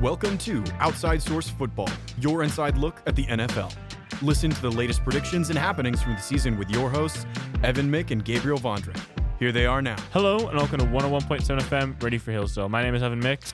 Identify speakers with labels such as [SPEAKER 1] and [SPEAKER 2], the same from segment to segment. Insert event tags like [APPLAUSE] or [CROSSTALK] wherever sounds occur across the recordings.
[SPEAKER 1] Welcome to Outside Source Football, your inside look at the NFL. Listen to the latest predictions and happenings from the season with your hosts, Evan Mick and Gabriel Vondre. Here they are now.
[SPEAKER 2] Hello and welcome to 101.7 FM, ready for Hillsdale. My name is Evan Mix,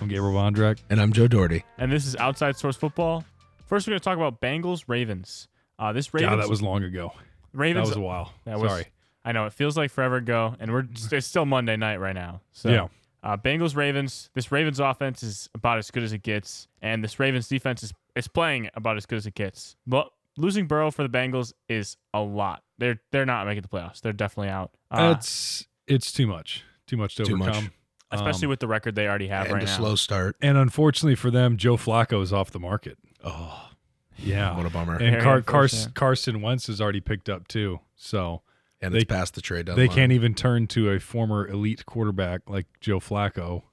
[SPEAKER 3] I'm Gabriel Vondrek.
[SPEAKER 4] And I'm Joe Doherty.
[SPEAKER 2] and this is Outside Source Football. First, we're going to talk about Bengals Ravens. Uh, this Ravens,
[SPEAKER 3] God, that was long ago. That
[SPEAKER 2] Ravens.
[SPEAKER 3] was a while.
[SPEAKER 2] that was-
[SPEAKER 3] Sorry.
[SPEAKER 2] I know it feels like forever ago, and we're it's still Monday night right now. So
[SPEAKER 3] Yeah.
[SPEAKER 2] uh, Bengals Ravens. This Ravens offense is about as good as it gets, and this Ravens defense is is playing about as good as it gets. But losing Burrow for the Bengals is a lot. They're they're not making the playoffs. They're definitely out. Uh,
[SPEAKER 3] That's it's too much. Too much to
[SPEAKER 4] Too much.
[SPEAKER 3] overcome. Um,
[SPEAKER 2] especially with the record they already have
[SPEAKER 4] and
[SPEAKER 2] right
[SPEAKER 4] a
[SPEAKER 2] now.
[SPEAKER 4] slow start.
[SPEAKER 3] And unfortunately for them, Joe Flacco is off the market.
[SPEAKER 4] Oh,
[SPEAKER 3] Yeah.
[SPEAKER 4] what a bummer. And,
[SPEAKER 3] And Car-
[SPEAKER 2] Very
[SPEAKER 3] Car-
[SPEAKER 2] unfortunate.
[SPEAKER 3] Carson Wentz is already picked up too. So
[SPEAKER 4] it's
[SPEAKER 3] they-
[SPEAKER 4] past the trade deadline.
[SPEAKER 3] they can't even turn to a former elite quarterback like Joe [LAUGHS] Flacco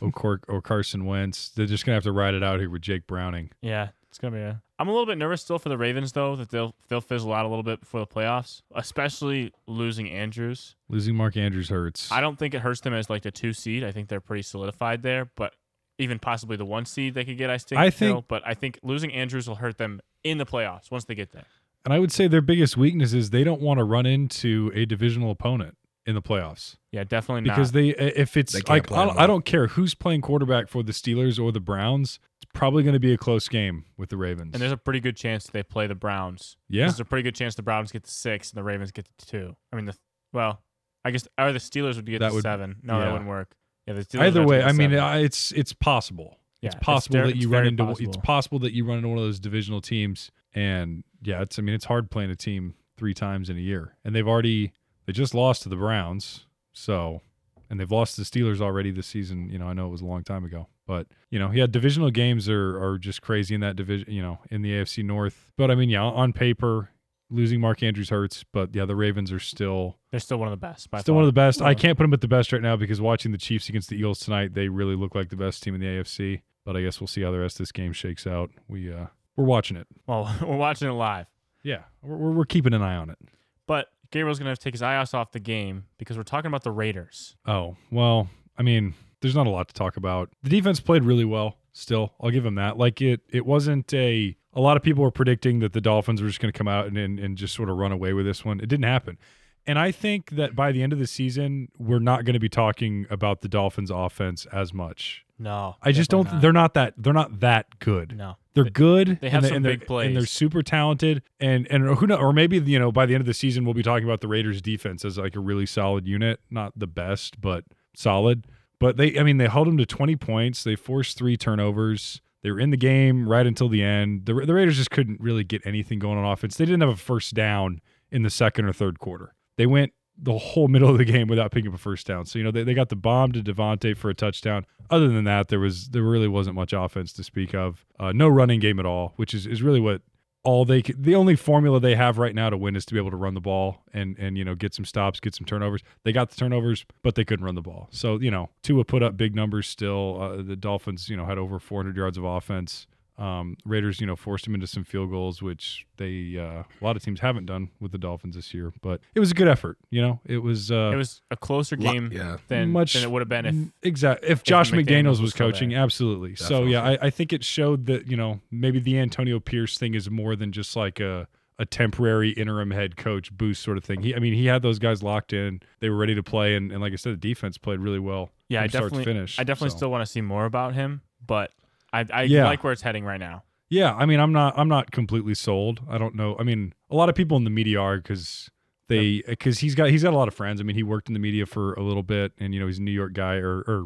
[SPEAKER 3] or, Cor- or Carson Wentz. They're just gonna have to ride it out here with Jake Browning.
[SPEAKER 2] Yeah, it's gonna be. A... I'm a little bit nervous still for the Ravens though that they'll they'll fizzle out a little bit before the playoffs, especially losing Andrews.
[SPEAKER 3] Losing Mark Andrews hurts.
[SPEAKER 2] I don't think it hurts them as like the two seed. I think they're pretty solidified there, but even possibly the one seed they could get. I think.
[SPEAKER 3] I
[SPEAKER 2] still,
[SPEAKER 3] think-
[SPEAKER 2] but I think losing Andrews will hurt them in the playoffs once they get there.
[SPEAKER 3] and I would say their biggest weakness is they don't want to run into a divisional opponent in the playoffs.
[SPEAKER 2] Yeah, definitely
[SPEAKER 3] because
[SPEAKER 2] not.
[SPEAKER 3] they if it's
[SPEAKER 4] They can't
[SPEAKER 3] like
[SPEAKER 4] play
[SPEAKER 3] I
[SPEAKER 4] them
[SPEAKER 3] don't,
[SPEAKER 4] all.
[SPEAKER 3] I don't care who's playing quarterback for the Steelers or the Browns, it's probably going to be a close game with the Ravens.
[SPEAKER 2] and there's a pretty good chance they play the Browns.
[SPEAKER 3] yeah,
[SPEAKER 2] There's a pretty good chance the Browns get the six and the Ravens get the two. I mean, the well, I guess or the Steelers would get
[SPEAKER 3] That
[SPEAKER 2] the
[SPEAKER 3] would-
[SPEAKER 2] seven. No, that
[SPEAKER 3] yeah.
[SPEAKER 2] wouldn't work. Yeah, the Steelers would have to
[SPEAKER 3] either
[SPEAKER 2] get
[SPEAKER 3] way,
[SPEAKER 2] the
[SPEAKER 3] I mean
[SPEAKER 2] seven.
[SPEAKER 3] I- it's it's possible.
[SPEAKER 2] Yeah,
[SPEAKER 3] it's possible
[SPEAKER 2] very-
[SPEAKER 3] that
[SPEAKER 2] it's
[SPEAKER 3] you run
[SPEAKER 2] very
[SPEAKER 3] into it's
[SPEAKER 2] possible.
[SPEAKER 3] possible that you run into one of those divisional teams, and yeah, it's I mean it's hard playing a team three times in a year, and they've already they just lost to the Browns, so and they've lost to the Steelers already this season. You know, I know it was a long time ago, but you know, yeah, divisional games are are just crazy in that division. You know, in the AFC North, but I mean, yeah, on paper. Losing Mark Andrews hurts, but yeah, the Ravens are still
[SPEAKER 2] They're still one of the best. By
[SPEAKER 3] still one of the best.
[SPEAKER 2] Yeah.
[SPEAKER 3] I can't put them at the best right now because watching the Chiefs against the Eagles tonight, they really look like the best team in the AFC. But I guess we'll see how the rest of this game shakes out. We uh, we're watching it.
[SPEAKER 2] Well, [LAUGHS] we're watching it live,
[SPEAKER 3] Yeah, we're, we're, we're keeping an eye on it.
[SPEAKER 2] but Gabriel's gonna have to take his eyes off the game because we're talking about the Raiders.
[SPEAKER 3] Oh well, I mean, there's not a lot to talk about. The defense played really well. Still, I'll give them that. Like it, it wasn't a. A lot of people were predicting that the Dolphins were just going to come out and, and and just sort of run away with this one. It didn't happen. And I think that by the end of the season, we're not going to be talking about the Dolphins' offense as much.
[SPEAKER 2] No,
[SPEAKER 3] I just don't. They're not that. They're not that good.
[SPEAKER 2] no.
[SPEAKER 3] They're good.
[SPEAKER 2] they have
[SPEAKER 3] and
[SPEAKER 2] some
[SPEAKER 3] and
[SPEAKER 2] big
[SPEAKER 3] and they're
[SPEAKER 2] plays.
[SPEAKER 3] super talented. And and who know? Or maybe you know, by the end of the season, we'll be talking about the Raiders' defense as like a really solid unit. Not the best, but solid. But they, I mean, they held them to twenty points. They forced three turnovers. They were in the game right until the end. The, the Raiders just couldn't really get anything going on offense. They didn't have a first down in the second or third quarter. They went the whole middle of the game without picking up a first down. So you know they, they got the bomb to Devontae for a touchdown. Other than that, there was there really wasn't much offense to speak of. Uh, no running game at all, which is is really what all they could, the only formula they have right now to win is to be able to run the ball and and you know get some stops, get some turnovers. They got the turnovers, but they couldn't run the ball. So you know Tua put up big numbers still. Uh, the Dolphins you know had over 400 yards of offense. Um, Raiders, you know, forced them into some field goals, which they uh, a lot of teams haven't done with the Dolphins this year. But it was a good effort. You know, it was uh,
[SPEAKER 2] It was a closer
[SPEAKER 4] Lo-
[SPEAKER 2] game
[SPEAKER 4] yeah.
[SPEAKER 2] than
[SPEAKER 3] Much-
[SPEAKER 2] than it would have been if
[SPEAKER 3] exactly if Josh
[SPEAKER 2] McDaniels
[SPEAKER 3] McDaniels,
[SPEAKER 2] was
[SPEAKER 3] was
[SPEAKER 2] still
[SPEAKER 3] coaching,
[SPEAKER 2] there.
[SPEAKER 3] absolutely. So yeah, I, I think it showed that you know maybe the Antonio Pierce thing is more than just like a a temporary interim head coach boost sort of thing. He, I mean, he had those guys locked in; they were ready to play, and, and like I said, the defense played really well.
[SPEAKER 2] Yeah, I
[SPEAKER 3] from start to
[SPEAKER 2] definitely-
[SPEAKER 3] finish.
[SPEAKER 2] I definitely
[SPEAKER 3] So-
[SPEAKER 2] still want to see more about him, but I, I
[SPEAKER 3] Yeah.
[SPEAKER 2] like where it's heading right now.
[SPEAKER 3] Yeah, I mean, I'm not, I'm not completely sold. I don't know. I mean, a lot of people in the media are because they, because he's got, he's got a lot of friends. I mean, he worked in the media for a little bit, and you know, he's a New York guy, or or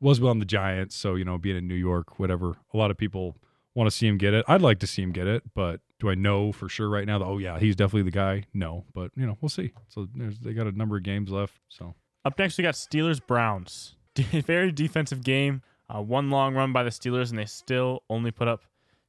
[SPEAKER 3] was well on the Giants, so you know, being in New York, whatever. A lot of people want to see him get it. I'd like to see him get it, but do I know for sure right now that oh yeah, he's definitely the guy? No, but you know, we'll see. So there's, they got a number of games left, so
[SPEAKER 2] Up next, we got Steelers Browns. [LAUGHS] Very defensive game. Uh, one long run by the Steelers, and they still only put up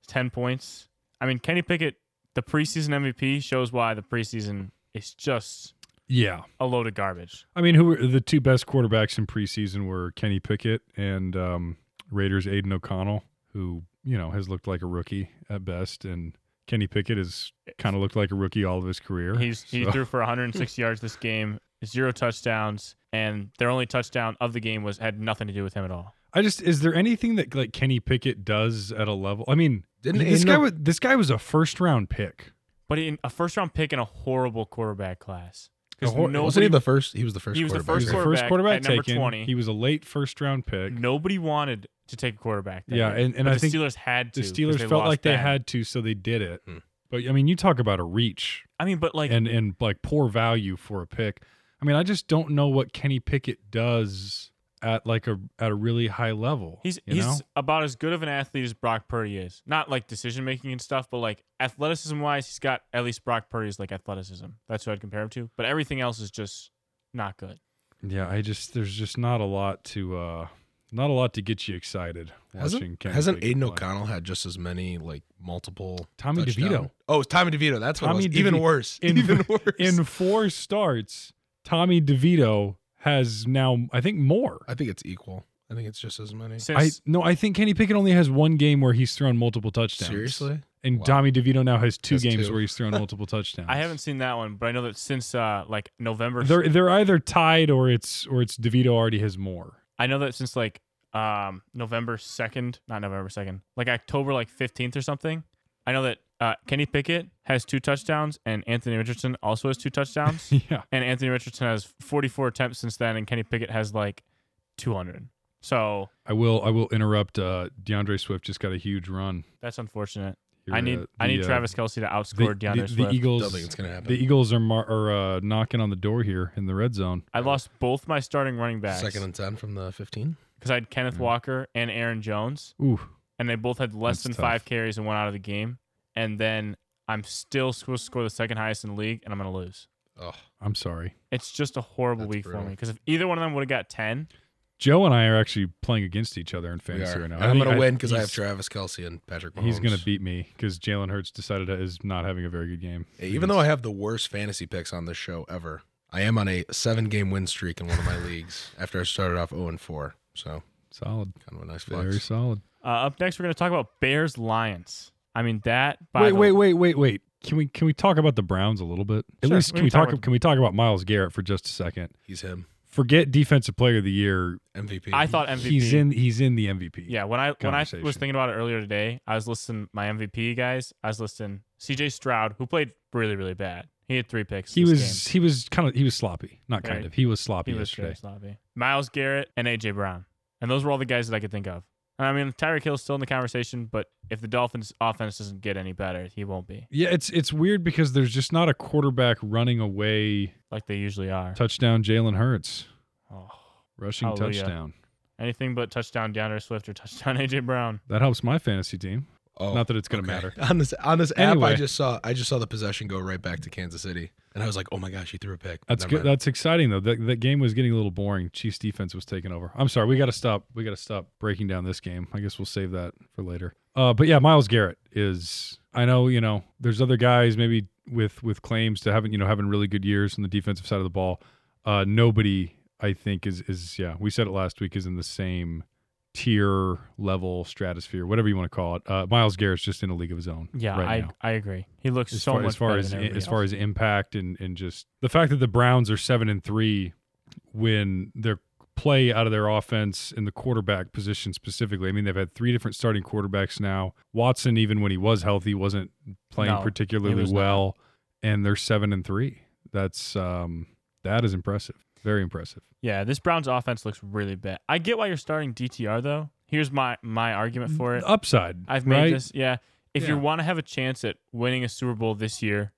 [SPEAKER 2] 10 points. I mean, Kenny Pickett, the preseason MVP, shows why the preseason is just
[SPEAKER 3] yeah.
[SPEAKER 2] a load of garbage.
[SPEAKER 3] I mean, who were the two best quarterbacks in preseason were Kenny Pickett and um, Raiders Aiden O'Connell, who you know has looked like a rookie at best, and Kenny Pickett has kind of looked like a rookie all of his career.
[SPEAKER 2] He's, he
[SPEAKER 3] So-
[SPEAKER 2] threw for 106 [LAUGHS] yards this game, zero touchdowns, and their only touchdown of the game was had nothing to do with him at all.
[SPEAKER 3] I just is there anything that like Kenny Pickett does at a level? I mean,
[SPEAKER 4] Didn't he
[SPEAKER 3] this
[SPEAKER 4] end
[SPEAKER 3] guy
[SPEAKER 4] up-
[SPEAKER 3] was this guy was a first round pick.
[SPEAKER 2] But in a first round pick in a horrible quarterback class, because
[SPEAKER 3] A hor-
[SPEAKER 4] Wasn't
[SPEAKER 2] nobody
[SPEAKER 4] he the first? He was the first.
[SPEAKER 2] He was the
[SPEAKER 3] He
[SPEAKER 4] quarterback.
[SPEAKER 3] was
[SPEAKER 2] First
[SPEAKER 3] the first
[SPEAKER 2] quarterback
[SPEAKER 3] quarterback
[SPEAKER 2] at number
[SPEAKER 3] taken.
[SPEAKER 2] 20.
[SPEAKER 3] He was a late first round pick.
[SPEAKER 2] nobody wanted to take a quarterback. that
[SPEAKER 3] Yeah,
[SPEAKER 2] year,
[SPEAKER 3] and- and
[SPEAKER 2] but
[SPEAKER 3] I
[SPEAKER 2] the
[SPEAKER 3] think
[SPEAKER 2] Steelers had to.
[SPEAKER 3] The
[SPEAKER 2] 'cause
[SPEAKER 3] Steelers
[SPEAKER 2] they
[SPEAKER 3] felt
[SPEAKER 2] lost
[SPEAKER 3] like they
[SPEAKER 2] bad.
[SPEAKER 3] had to, so they did it.
[SPEAKER 4] Hmm.
[SPEAKER 3] But I mean, you talk about a reach
[SPEAKER 2] I mean, but like
[SPEAKER 3] and and like poor value for a pick. I mean, I just don't know what Kenny Pickett does at like a at a really high level.
[SPEAKER 2] He's
[SPEAKER 3] you
[SPEAKER 2] he's
[SPEAKER 3] know?
[SPEAKER 2] about as good of an athlete as Brock Purdy is. Not like decision making and stuff, but like athleticism wise, he's got at least Brock Purdy's like athleticism. That's who I'd compare him to. But everything else is just not good.
[SPEAKER 3] yeah. I just there's just not a lot to uh not a lot to get you excited watching.
[SPEAKER 4] Hasn't,
[SPEAKER 3] Kenny
[SPEAKER 4] hasn't
[SPEAKER 3] Pickett
[SPEAKER 4] Aiden
[SPEAKER 3] play.
[SPEAKER 4] O'Connell had just as many like multiple?
[SPEAKER 3] Tommy
[SPEAKER 4] touchdown-
[SPEAKER 3] DeVito.
[SPEAKER 4] Oh, it's Tommy DeVito. That's what
[SPEAKER 3] Tommy
[SPEAKER 4] it was. Even
[SPEAKER 3] DeVi-
[SPEAKER 4] worse.
[SPEAKER 3] [LAUGHS] in-
[SPEAKER 4] Even worse.
[SPEAKER 3] in four starts, Tommy DeVito has now I think more.
[SPEAKER 4] I think it's equal. I think it's just as many.
[SPEAKER 3] I
[SPEAKER 2] Since
[SPEAKER 3] no, I think Kenny Pickett only has one game where he's thrown multiple touchdowns.
[SPEAKER 4] Seriously?
[SPEAKER 3] and
[SPEAKER 4] Wow.
[SPEAKER 3] Tommy DeVito now has two
[SPEAKER 4] Has
[SPEAKER 3] games
[SPEAKER 4] two.
[SPEAKER 3] where he's
[SPEAKER 2] [LAUGHS]
[SPEAKER 3] thrown multiple touchdowns.
[SPEAKER 2] I haven't seen that one, but I know that since uh like November,
[SPEAKER 3] They're they're either tied or it's or it's DeVito already has more. [LAUGHS]
[SPEAKER 2] I know that since like um November second, not November second, like October like fifteenth or something. I know that uh, Kenny Pickett has two touchdowns and Anthony Richardson also has two touchdowns.
[SPEAKER 3] Yeah,
[SPEAKER 2] and Anthony Richardson has 44 attempts since then, and Kenny Pickett has like 200. So
[SPEAKER 3] I will I will interrupt. Uh, DeAndre Swift just got a huge run.
[SPEAKER 2] that's unfortunate.
[SPEAKER 3] here
[SPEAKER 2] I need
[SPEAKER 3] at
[SPEAKER 2] I need
[SPEAKER 3] the, uh,
[SPEAKER 2] Travis Kelsey to
[SPEAKER 3] the,
[SPEAKER 2] outscore DeAndre
[SPEAKER 3] the- the
[SPEAKER 2] Swift.
[SPEAKER 4] Don't think it's
[SPEAKER 3] Eagles.
[SPEAKER 4] gonna happen.
[SPEAKER 3] The Eagles are mar- are uh, knocking on the door here in the red zone.
[SPEAKER 2] I lost both my starting running backs
[SPEAKER 4] Second and ten from the fifteen.
[SPEAKER 2] because I had
[SPEAKER 3] Mm.
[SPEAKER 2] Kenneth Walker and Aaron Jones,
[SPEAKER 3] Ooh,
[SPEAKER 2] and they both had less
[SPEAKER 3] That's
[SPEAKER 2] than
[SPEAKER 3] tough.
[SPEAKER 2] five carries and went out of the game. And then I'm still supposed to score the second highest in the league, and I'm gonna lose.
[SPEAKER 4] Oh,
[SPEAKER 3] I'm sorry.
[SPEAKER 2] It's just a horrible
[SPEAKER 4] That's
[SPEAKER 2] week for
[SPEAKER 4] brutal.
[SPEAKER 2] me because if either one of them would have got 10,
[SPEAKER 3] Joe and I are actually playing against each other in
[SPEAKER 4] we
[SPEAKER 3] fantasy
[SPEAKER 4] are.
[SPEAKER 3] right now.
[SPEAKER 4] And I'm
[SPEAKER 3] think
[SPEAKER 4] gonna win because I
[SPEAKER 3] he's-
[SPEAKER 4] have Travis Kelsey and Patrick Mahomes.
[SPEAKER 3] He's gonna beat me because Jalen Hurts decided that is not having a very good game.
[SPEAKER 4] Hey, even though I have the worst fantasy picks on this show ever, I am on a seven game win streak in one of my [LAUGHS] leagues after I started off 0 and 4. So
[SPEAKER 3] solid,
[SPEAKER 4] kind of a nice
[SPEAKER 3] very
[SPEAKER 4] flex.
[SPEAKER 3] solid.
[SPEAKER 2] uh, up next we're gonna talk about Bears Lions. I mean that. By
[SPEAKER 3] Wait,
[SPEAKER 2] the
[SPEAKER 3] wait, wait, wait, wait. Can we can we talk about the Browns a little bit? At
[SPEAKER 2] Sure, we
[SPEAKER 3] least can
[SPEAKER 2] can
[SPEAKER 3] we
[SPEAKER 2] talk
[SPEAKER 3] talk
[SPEAKER 2] about-
[SPEAKER 3] can we talk about Miles Garrett for just a second?
[SPEAKER 4] He's him.
[SPEAKER 3] Forget defensive player of the year.
[SPEAKER 4] MVP.
[SPEAKER 2] I thought MVP.
[SPEAKER 3] He's in he's in the MVP.
[SPEAKER 2] Yeah, when I when I was
[SPEAKER 3] conversation.
[SPEAKER 2] thinking about it earlier today, I was listing my MVP guys. I was listing C.J. Stroud, who played really really bad. He had three picks.
[SPEAKER 3] He
[SPEAKER 2] this
[SPEAKER 3] was he was kind of he was sloppy. Not kind
[SPEAKER 2] Right.
[SPEAKER 3] of. He was
[SPEAKER 2] game.
[SPEAKER 3] sloppy
[SPEAKER 2] he was
[SPEAKER 3] yesterday.
[SPEAKER 2] very sloppy. Miles Garrett and A.J. Brown, and those were all the guys that I could think of. And I mean, Tyreek Hill's still in the conversation, but if the Dolphins' offense doesn't get any better, he won't be
[SPEAKER 3] Yeah, it's it's weird because there's just not a quarterback running away
[SPEAKER 2] like they usually are.
[SPEAKER 3] touchdown Jalen Hurts.
[SPEAKER 2] Oh.
[SPEAKER 3] Rushing
[SPEAKER 2] Hallelujah.
[SPEAKER 3] touchdown.
[SPEAKER 2] Anything but touchdown DeAndre Swift or touchdown [LAUGHS] A.J. Brown.
[SPEAKER 3] That helps my fantasy team.
[SPEAKER 4] oh,
[SPEAKER 3] not that it's gonna
[SPEAKER 4] okay.
[SPEAKER 3] matter.
[SPEAKER 4] On this on this app,
[SPEAKER 3] Anyway.
[SPEAKER 4] I just saw I just saw the possession go right back to Kansas City, and I was like, oh my gosh, he threw a pick.
[SPEAKER 3] That's
[SPEAKER 4] Never
[SPEAKER 3] good.
[SPEAKER 4] mind.
[SPEAKER 3] That's exciting though. That, that game was getting a little boring. Chiefs defense was taking over. I'm sorry. We got to stop. We got to stop breaking down this game. I guess we'll save that for later. Uh, but yeah, Miles Garrett is. I know you know. There's other guys maybe with with claims to having you know having really good years on the defensive side of the ball. Uh, nobody I think is is yeah. We said it last week is in the same tier level stratosphere whatever you want to call it. Uh, Miles Garrett's just in a league of his own.
[SPEAKER 2] Yeah,
[SPEAKER 3] right
[SPEAKER 2] I
[SPEAKER 3] now
[SPEAKER 2] I agree. He looks
[SPEAKER 3] as
[SPEAKER 2] so
[SPEAKER 3] far
[SPEAKER 2] much
[SPEAKER 3] as far
[SPEAKER 2] better
[SPEAKER 3] as
[SPEAKER 2] than everybody
[SPEAKER 3] as far
[SPEAKER 2] else.
[SPEAKER 3] as impact and and just the fact that the Browns are seven and three when their play out of their offense in the quarterback position specifically. I mean, they've had three different starting quarterbacks now. Watson, even when he was healthy, wasn't playing
[SPEAKER 2] No, he
[SPEAKER 3] particularly
[SPEAKER 2] was not.
[SPEAKER 3] well, and they're seven and three. That's um that is impressive. Very impressive.
[SPEAKER 2] Yeah, this Browns offense looks really bad. I get why you're starting DTR though. Here's my my argument for it.
[SPEAKER 3] Upside.
[SPEAKER 2] I've made
[SPEAKER 3] Oh, right?
[SPEAKER 2] this. Yeah, if you
[SPEAKER 3] Yeah.
[SPEAKER 2] want to have a chance at winning a Super Bowl this year,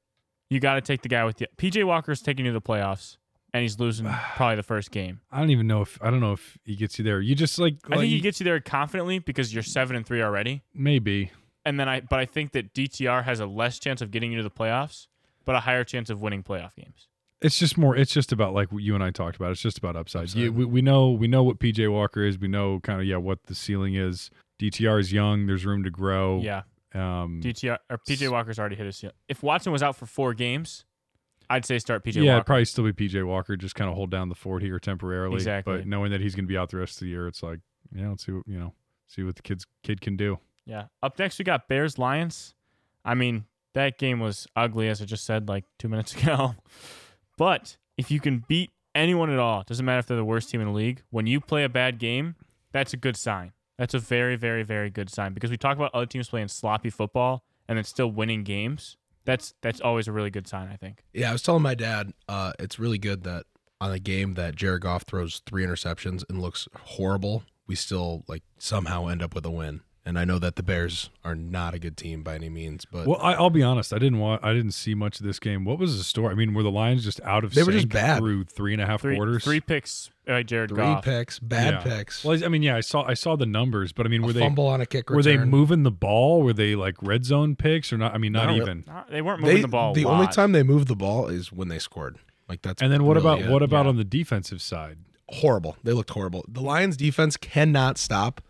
[SPEAKER 2] you got to take the guy with you. PJ Walker's taking you to the playoffs, and he's
[SPEAKER 3] [SIGHS]
[SPEAKER 2] losing probably the first game.
[SPEAKER 3] I don't even know if I don't know if he gets you there. You just like,
[SPEAKER 2] I
[SPEAKER 3] like,
[SPEAKER 2] think he gets you there confidently because you're seven and three already.
[SPEAKER 3] maybe.
[SPEAKER 2] And then I, but I think that DTR has a less chance of getting you to the playoffs, but a higher chance of winning playoff games.
[SPEAKER 3] it's just more it's just about like what you and i talked about it's just about upside,
[SPEAKER 4] Upside.
[SPEAKER 3] You, we, we know we know what pj walker is we know kind of yeah what the ceiling is dtr is young there's room to grow
[SPEAKER 2] Yeah,
[SPEAKER 3] um
[SPEAKER 2] DTR or PJ Walker's already hit his ceiling. If Watson was out for four games, I'd say start PJ
[SPEAKER 3] yeah it'd
[SPEAKER 2] Walker.
[SPEAKER 3] probably still be pj walker just kind of hold down the fort here temporarily
[SPEAKER 2] Exactly.
[SPEAKER 3] but knowing that he's going to be out the rest of the year it's like yeah let's see what you know see what the kids kid can do
[SPEAKER 2] Yeah. Up next, we got Bears Lions. I mean, [LAUGHS] that game was ugly, as I just said like two minutes ago. But if you can beat anyone at all, doesn't matter if they're the worst team in the league, when you play a bad game, that's a good sign. That's a very, very, very good sign because we talk about other teams playing sloppy football and then still winning games. That's that's always a really good sign, I think.
[SPEAKER 4] Yeah, I was telling my dad, uh, it's really good that on a game that Jared Goff throws three interceptions and looks horrible, we still like somehow end up with a win. And I know that the Bears are not a good team by any means, but
[SPEAKER 3] Well, I, I'll be honest. I didn't want. I didn't see much of this game. What was the story? I mean, were the Lions just out of?
[SPEAKER 4] They were just
[SPEAKER 3] sync
[SPEAKER 4] bad.
[SPEAKER 3] through three and a half
[SPEAKER 2] Three
[SPEAKER 3] quarters.
[SPEAKER 2] three picks by Jared
[SPEAKER 4] three
[SPEAKER 2] Goff.
[SPEAKER 4] picks, bad
[SPEAKER 3] Yeah.
[SPEAKER 4] picks,
[SPEAKER 3] Well, I mean, yeah, I saw. I saw the numbers, but I mean,
[SPEAKER 4] a
[SPEAKER 3] were they
[SPEAKER 4] fumble on a kick return.
[SPEAKER 3] were they moving the ball? Were they like red zone picks or not? I mean, not
[SPEAKER 4] Not really.
[SPEAKER 3] even.
[SPEAKER 2] Nah, they weren't moving
[SPEAKER 4] They-
[SPEAKER 2] the ball. a
[SPEAKER 4] only
[SPEAKER 2] lot.
[SPEAKER 4] time they moved the ball is when they scored. Like that's
[SPEAKER 3] And then what
[SPEAKER 4] really
[SPEAKER 3] about
[SPEAKER 4] it.
[SPEAKER 3] what about
[SPEAKER 2] Yeah.
[SPEAKER 3] on the defensive side?
[SPEAKER 4] horrible? They looked horrible. The Lions defense cannot stop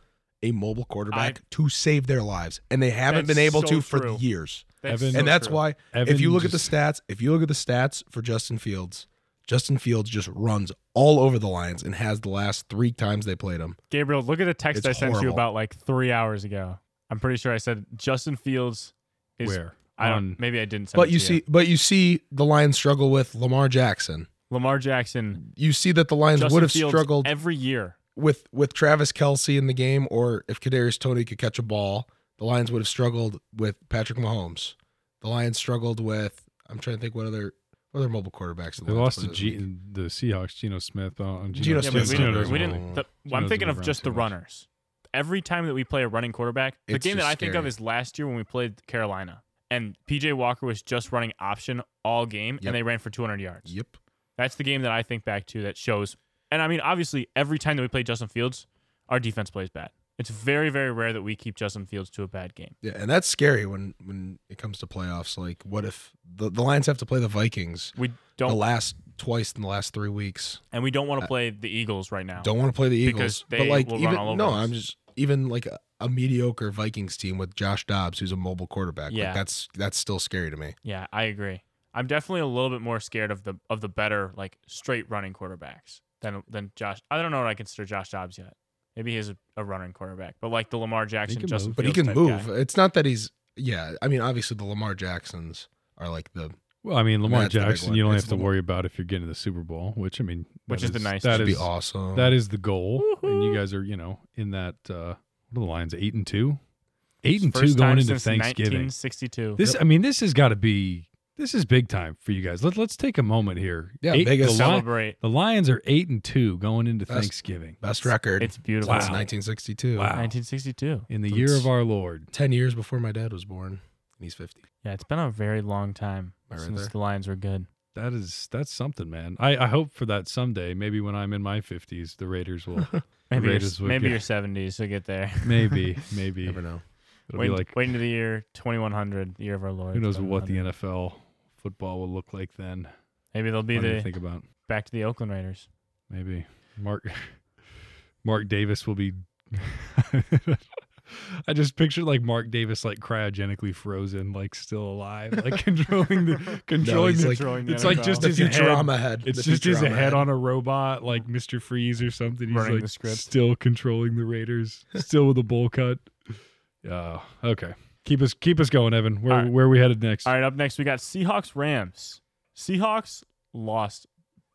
[SPEAKER 4] a mobile quarterback to save their lives, and they haven't
[SPEAKER 2] That's
[SPEAKER 4] been able
[SPEAKER 2] so true.
[SPEAKER 4] to for years.
[SPEAKER 2] That's
[SPEAKER 3] Evan-
[SPEAKER 2] so
[SPEAKER 4] and that's
[SPEAKER 2] true.
[SPEAKER 4] why
[SPEAKER 3] Evan
[SPEAKER 4] if you look
[SPEAKER 3] just-
[SPEAKER 4] at the stats, if you look at the stats for Justin Fields, Justin Fields just runs all over the Lions and has the last three times they played him.
[SPEAKER 2] Gabriel, look at a text
[SPEAKER 4] It's
[SPEAKER 2] I sent you
[SPEAKER 4] horrible.
[SPEAKER 2] about like three hours ago. I'm pretty sure I said Justin Fields is.
[SPEAKER 3] Where
[SPEAKER 2] I don't.
[SPEAKER 3] on
[SPEAKER 2] maybe I didn't. Send
[SPEAKER 4] But
[SPEAKER 2] it
[SPEAKER 4] you
[SPEAKER 2] to
[SPEAKER 4] see, but you see the Lions struggle with Lamar Jackson.
[SPEAKER 2] Lamar Jackson
[SPEAKER 4] You see that the Lions
[SPEAKER 2] Justin
[SPEAKER 4] would have
[SPEAKER 2] Fields
[SPEAKER 4] struggled
[SPEAKER 2] every year.
[SPEAKER 4] with with Travis Kelsey in the game, or if Kadarius Tony could catch a ball, the Lions would have struggled with Patrick Mahomes. The Lions struggled with. I'm trying to think what other what other mobile quarterbacks. The
[SPEAKER 3] they
[SPEAKER 4] Lions
[SPEAKER 3] lost to
[SPEAKER 4] played this
[SPEAKER 3] G-
[SPEAKER 4] week.
[SPEAKER 3] the Seahawks. Geno Smith uh, on
[SPEAKER 4] Geno
[SPEAKER 3] Geno,
[SPEAKER 2] Yeah,
[SPEAKER 4] Smith
[SPEAKER 2] but
[SPEAKER 4] Justin
[SPEAKER 2] we
[SPEAKER 4] Fields
[SPEAKER 2] didn't.
[SPEAKER 4] doesn't
[SPEAKER 2] We
[SPEAKER 4] run.
[SPEAKER 2] didn't the, well,
[SPEAKER 3] Geno
[SPEAKER 2] I'm
[SPEAKER 3] doesn't
[SPEAKER 2] thinking of
[SPEAKER 3] run
[SPEAKER 2] just
[SPEAKER 3] too
[SPEAKER 2] the
[SPEAKER 3] much.
[SPEAKER 2] runners. Every time that we play a running quarterback, the
[SPEAKER 4] It's
[SPEAKER 2] game that
[SPEAKER 4] just
[SPEAKER 2] I think of
[SPEAKER 4] scary.
[SPEAKER 2] is last year when we played Carolina, and PJ Walker was just running option all game,
[SPEAKER 4] Yep.
[SPEAKER 2] and they ran for 200 yards.
[SPEAKER 4] Yep.
[SPEAKER 2] That's the game that I think back to that shows. And I mean, obviously, every time that we play Justin Fields, our defense plays bad. It's very, very rare that we keep Justin Fields to a bad game.
[SPEAKER 4] Yeah, and that's scary when when it comes to playoffs. Like, what if the, the Lions have to play the Vikings
[SPEAKER 2] We
[SPEAKER 4] the
[SPEAKER 2] don't,
[SPEAKER 4] last twice in the last three weeks?
[SPEAKER 2] and we don't want
[SPEAKER 3] Uh,
[SPEAKER 2] to play the Eagles right now.
[SPEAKER 4] Don't want to play the
[SPEAKER 2] Because
[SPEAKER 4] Eagles,
[SPEAKER 2] they
[SPEAKER 4] but like
[SPEAKER 2] will run
[SPEAKER 4] even
[SPEAKER 2] all over
[SPEAKER 4] no,
[SPEAKER 2] us.
[SPEAKER 4] I'm just even like a, a mediocre Vikings team with Josh Dobbs, who's a mobile quarterback.
[SPEAKER 2] Yeah.
[SPEAKER 4] like, that's that's still scary to me.
[SPEAKER 2] Yeah, I agree. I'm definitely a little bit more scared of the of the better like straight running quarterbacks than than Josh. I don't know what I consider Josh Dobbs yet. Maybe he's a, a running quarterback, but like the Lamar Jackson,
[SPEAKER 3] can
[SPEAKER 2] Justin,
[SPEAKER 3] move.
[SPEAKER 4] But
[SPEAKER 2] Fields
[SPEAKER 4] he
[SPEAKER 2] type
[SPEAKER 4] can
[SPEAKER 2] guy.
[SPEAKER 4] move. It's not that he's yeah. I mean, obviously the Lamar Jacksons are like the
[SPEAKER 3] Well, I mean, Lamar
[SPEAKER 4] that's the big
[SPEAKER 3] Jackson,
[SPEAKER 4] one.
[SPEAKER 3] you don't
[SPEAKER 4] It's
[SPEAKER 3] have to
[SPEAKER 4] the-
[SPEAKER 3] worry about if you're getting to the Super Bowl, which I mean,
[SPEAKER 2] Which
[SPEAKER 3] that
[SPEAKER 2] is the nice-
[SPEAKER 3] That
[SPEAKER 4] it'd
[SPEAKER 3] is
[SPEAKER 4] be awesome.
[SPEAKER 3] that is the goal, and you
[SPEAKER 2] Woohoo.
[SPEAKER 3] guys are you know in that. uh What are the Lions? Eight and two, eight and
[SPEAKER 2] First
[SPEAKER 3] two going
[SPEAKER 2] time
[SPEAKER 3] into
[SPEAKER 2] since
[SPEAKER 3] Thanksgiving.
[SPEAKER 2] 1962.
[SPEAKER 3] This, I mean, this has got to be this is big time for you guys. Let Let's take a moment here.
[SPEAKER 4] Yeah,
[SPEAKER 3] eight,
[SPEAKER 4] biggest
[SPEAKER 3] the, Li-
[SPEAKER 2] Celebrate.
[SPEAKER 3] the Lions are eight and two going into
[SPEAKER 4] That's-
[SPEAKER 3] Thanksgiving
[SPEAKER 4] best record.
[SPEAKER 2] It's beautiful.
[SPEAKER 4] since
[SPEAKER 3] Wow.
[SPEAKER 4] 1962.
[SPEAKER 3] Wow.
[SPEAKER 2] 1962.
[SPEAKER 3] in the year
[SPEAKER 4] That's-
[SPEAKER 3] of our Lord.
[SPEAKER 4] Ten years before my dad was born, and he's 50.
[SPEAKER 2] Yeah, it's been a very long time
[SPEAKER 4] Am I right
[SPEAKER 2] since
[SPEAKER 4] there?
[SPEAKER 2] the Lions were good.
[SPEAKER 3] That is that's something, man. I, I hope for that someday. Maybe when I'm in my fifties, the Raiders
[SPEAKER 4] [LAUGHS]
[SPEAKER 3] will
[SPEAKER 2] Maybe your,
[SPEAKER 3] Raiders would
[SPEAKER 2] maybe
[SPEAKER 3] get-
[SPEAKER 2] your 70s will get there.
[SPEAKER 3] maybe maybe
[SPEAKER 4] You never know.
[SPEAKER 3] [LAUGHS] it'll
[SPEAKER 2] Wait,
[SPEAKER 3] be like
[SPEAKER 2] wait into the year 2100, the year of our Lord.
[SPEAKER 3] who knows what the
[SPEAKER 2] 2100.
[SPEAKER 3] NFL football will look like then.
[SPEAKER 2] maybe they'll be
[SPEAKER 3] Funny to
[SPEAKER 2] the
[SPEAKER 3] think about
[SPEAKER 2] back to the Oakland Raiders.
[SPEAKER 3] maybe Mark [LAUGHS] Mark Davis will be. [LAUGHS] I just pictured like Mark Davis like cryogenically frozen, like still alive, like [LAUGHS] controlling the
[SPEAKER 4] [LAUGHS] No,
[SPEAKER 3] controlling
[SPEAKER 4] he's
[SPEAKER 3] the
[SPEAKER 4] like-
[SPEAKER 2] Controlling
[SPEAKER 3] it's like
[SPEAKER 2] NFL.
[SPEAKER 3] just
[SPEAKER 4] the
[SPEAKER 3] his head.
[SPEAKER 4] Futurama head.
[SPEAKER 3] It's
[SPEAKER 4] The
[SPEAKER 3] just his
[SPEAKER 4] Futurama
[SPEAKER 3] head, on a robot, like Mr. Freeze or [LAUGHS] something. He's
[SPEAKER 2] Running
[SPEAKER 3] like
[SPEAKER 2] the script.
[SPEAKER 3] still controlling the Raiders, still with a bowl cut. Yeah. okay. Keep us keep us going, Evan. Where
[SPEAKER 2] All right.
[SPEAKER 3] where are we headed next?
[SPEAKER 2] All right, up next we got Seahawks Rams. Seahawks lost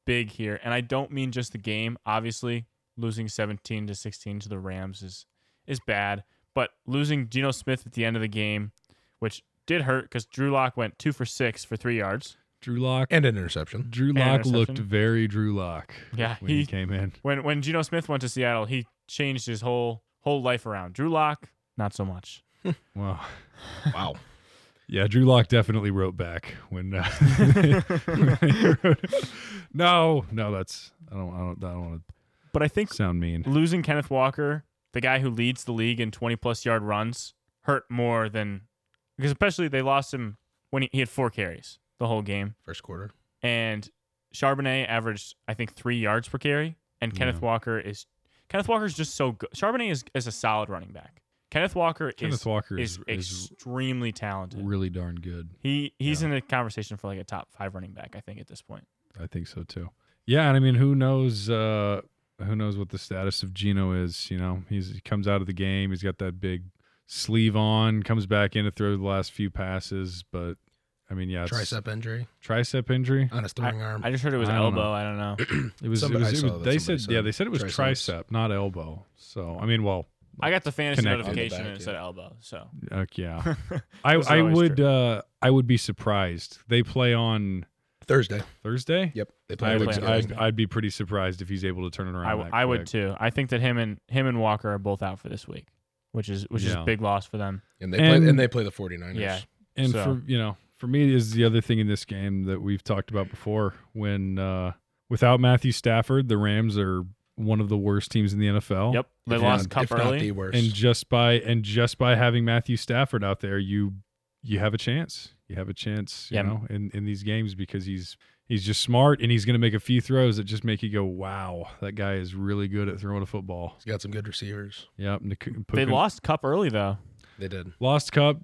[SPEAKER 2] big here, and I don't mean just the game. Obviously, losing 17 to 16 to the Rams is is bad, but losing Geno Smith at the end of the game, which did hurt because Drew Lock went two for six for three yards.
[SPEAKER 3] Drew Lock.
[SPEAKER 4] and
[SPEAKER 3] [LAUGHS]
[SPEAKER 4] an interception.
[SPEAKER 3] Drew
[SPEAKER 2] and
[SPEAKER 3] Lock
[SPEAKER 2] interception.
[SPEAKER 3] looked very Drew Lock
[SPEAKER 2] Yeah,
[SPEAKER 3] when he,
[SPEAKER 2] he
[SPEAKER 3] came in.
[SPEAKER 2] when when Geno Smith went to Seattle, he changed his whole whole life around. Drew Lock, not so much.
[SPEAKER 3] Wow.
[SPEAKER 4] Wow.
[SPEAKER 3] Yeah, Drew Lock definitely wrote back when. Uh, [LAUGHS] when they wrote- no, no, that's I don't I don't I don't want
[SPEAKER 2] But I think
[SPEAKER 3] to sound mean.
[SPEAKER 2] losing Kenneth Walker, the guy who leads the league in 20 plus yard runs, hurt more than because especially they lost him when he, he had four carries the whole game.
[SPEAKER 4] First quarter.
[SPEAKER 2] And Charbonnet averaged, I think, three yards per carry. And Kenneth
[SPEAKER 3] Yeah.
[SPEAKER 2] Walker is Kenneth Walker is just so good. Charbonnet is, is a solid running back. Kenneth Walker
[SPEAKER 3] Kenneth
[SPEAKER 2] is,
[SPEAKER 3] Walker
[SPEAKER 2] is,
[SPEAKER 3] is, is
[SPEAKER 2] extremely talented.
[SPEAKER 3] really darn good.
[SPEAKER 2] he he's
[SPEAKER 3] Yeah.
[SPEAKER 2] in the conversation for like a top five running back, I think, at this point.
[SPEAKER 3] I think so too. Yeah, and I mean, who knows? Uh, who knows what the status of Gino is? You know, he's he comes out of the game. He's got that big sleeve on. Comes back in to throw the last few passes, but I mean, yeah, it's
[SPEAKER 4] Tricep injury
[SPEAKER 3] tricep injury.
[SPEAKER 4] on his throwing arm.
[SPEAKER 2] I just heard it was
[SPEAKER 3] I don't
[SPEAKER 2] elbow.
[SPEAKER 3] know.
[SPEAKER 2] I don't know.
[SPEAKER 3] It was.
[SPEAKER 4] Somebody-
[SPEAKER 3] it
[SPEAKER 4] I
[SPEAKER 3] was, it
[SPEAKER 4] saw
[SPEAKER 3] was
[SPEAKER 4] that
[SPEAKER 3] they
[SPEAKER 4] somebody
[SPEAKER 3] said, yeah,
[SPEAKER 4] said
[SPEAKER 3] they said it was
[SPEAKER 4] triceps.
[SPEAKER 3] tricep, not elbow. So I mean, well,
[SPEAKER 2] I got the fantasy
[SPEAKER 3] Connect.
[SPEAKER 2] notification
[SPEAKER 4] On the back,
[SPEAKER 2] and it said elbow. So
[SPEAKER 3] uh,
[SPEAKER 4] [LAUGHS]
[SPEAKER 3] yeah,
[SPEAKER 2] [LAUGHS]
[SPEAKER 3] I
[SPEAKER 2] Those are
[SPEAKER 3] I
[SPEAKER 2] always
[SPEAKER 3] would
[SPEAKER 2] true.
[SPEAKER 3] uh, I would be surprised. They play on
[SPEAKER 4] Thursday.
[SPEAKER 3] Thursday.
[SPEAKER 4] Yep. They play
[SPEAKER 3] I
[SPEAKER 4] on
[SPEAKER 2] would-
[SPEAKER 3] would.
[SPEAKER 4] Thanksgiving.
[SPEAKER 3] I'd, I'd be pretty surprised if he's able to turn it around.
[SPEAKER 2] I,
[SPEAKER 3] that
[SPEAKER 2] I would
[SPEAKER 3] quick.
[SPEAKER 2] too. I think that him and him and Walker are both out for this week, which is which is
[SPEAKER 3] Yeah.
[SPEAKER 2] a big loss for them.
[SPEAKER 4] and they play
[SPEAKER 3] and-
[SPEAKER 4] and they play the 49ers.
[SPEAKER 2] Yeah,
[SPEAKER 3] And
[SPEAKER 2] So-
[SPEAKER 3] for you know, for me is the other thing in this game that we've talked about before. When uh, without Matthew Stafford, the Rams are one of the worst teams in the NFL.
[SPEAKER 2] Yep, they
[SPEAKER 4] If
[SPEAKER 2] lost
[SPEAKER 4] not-
[SPEAKER 2] Cup
[SPEAKER 4] if not
[SPEAKER 2] early.
[SPEAKER 4] the worst.
[SPEAKER 3] And just by and just by having Matthew Stafford out there, you you have a chance. You have a chance, you
[SPEAKER 2] Yeah.
[SPEAKER 3] know, in, in these games because he's he's just smart and he's gonna make a few throws that just make you go, Wow, that guy is really good at throwing a football.
[SPEAKER 4] He's got some good receivers.
[SPEAKER 3] Yep. Niku-
[SPEAKER 2] They
[SPEAKER 3] Puka-
[SPEAKER 2] lost Cup early
[SPEAKER 4] [LAUGHS]
[SPEAKER 2] though.
[SPEAKER 4] They did.
[SPEAKER 3] Lost cup,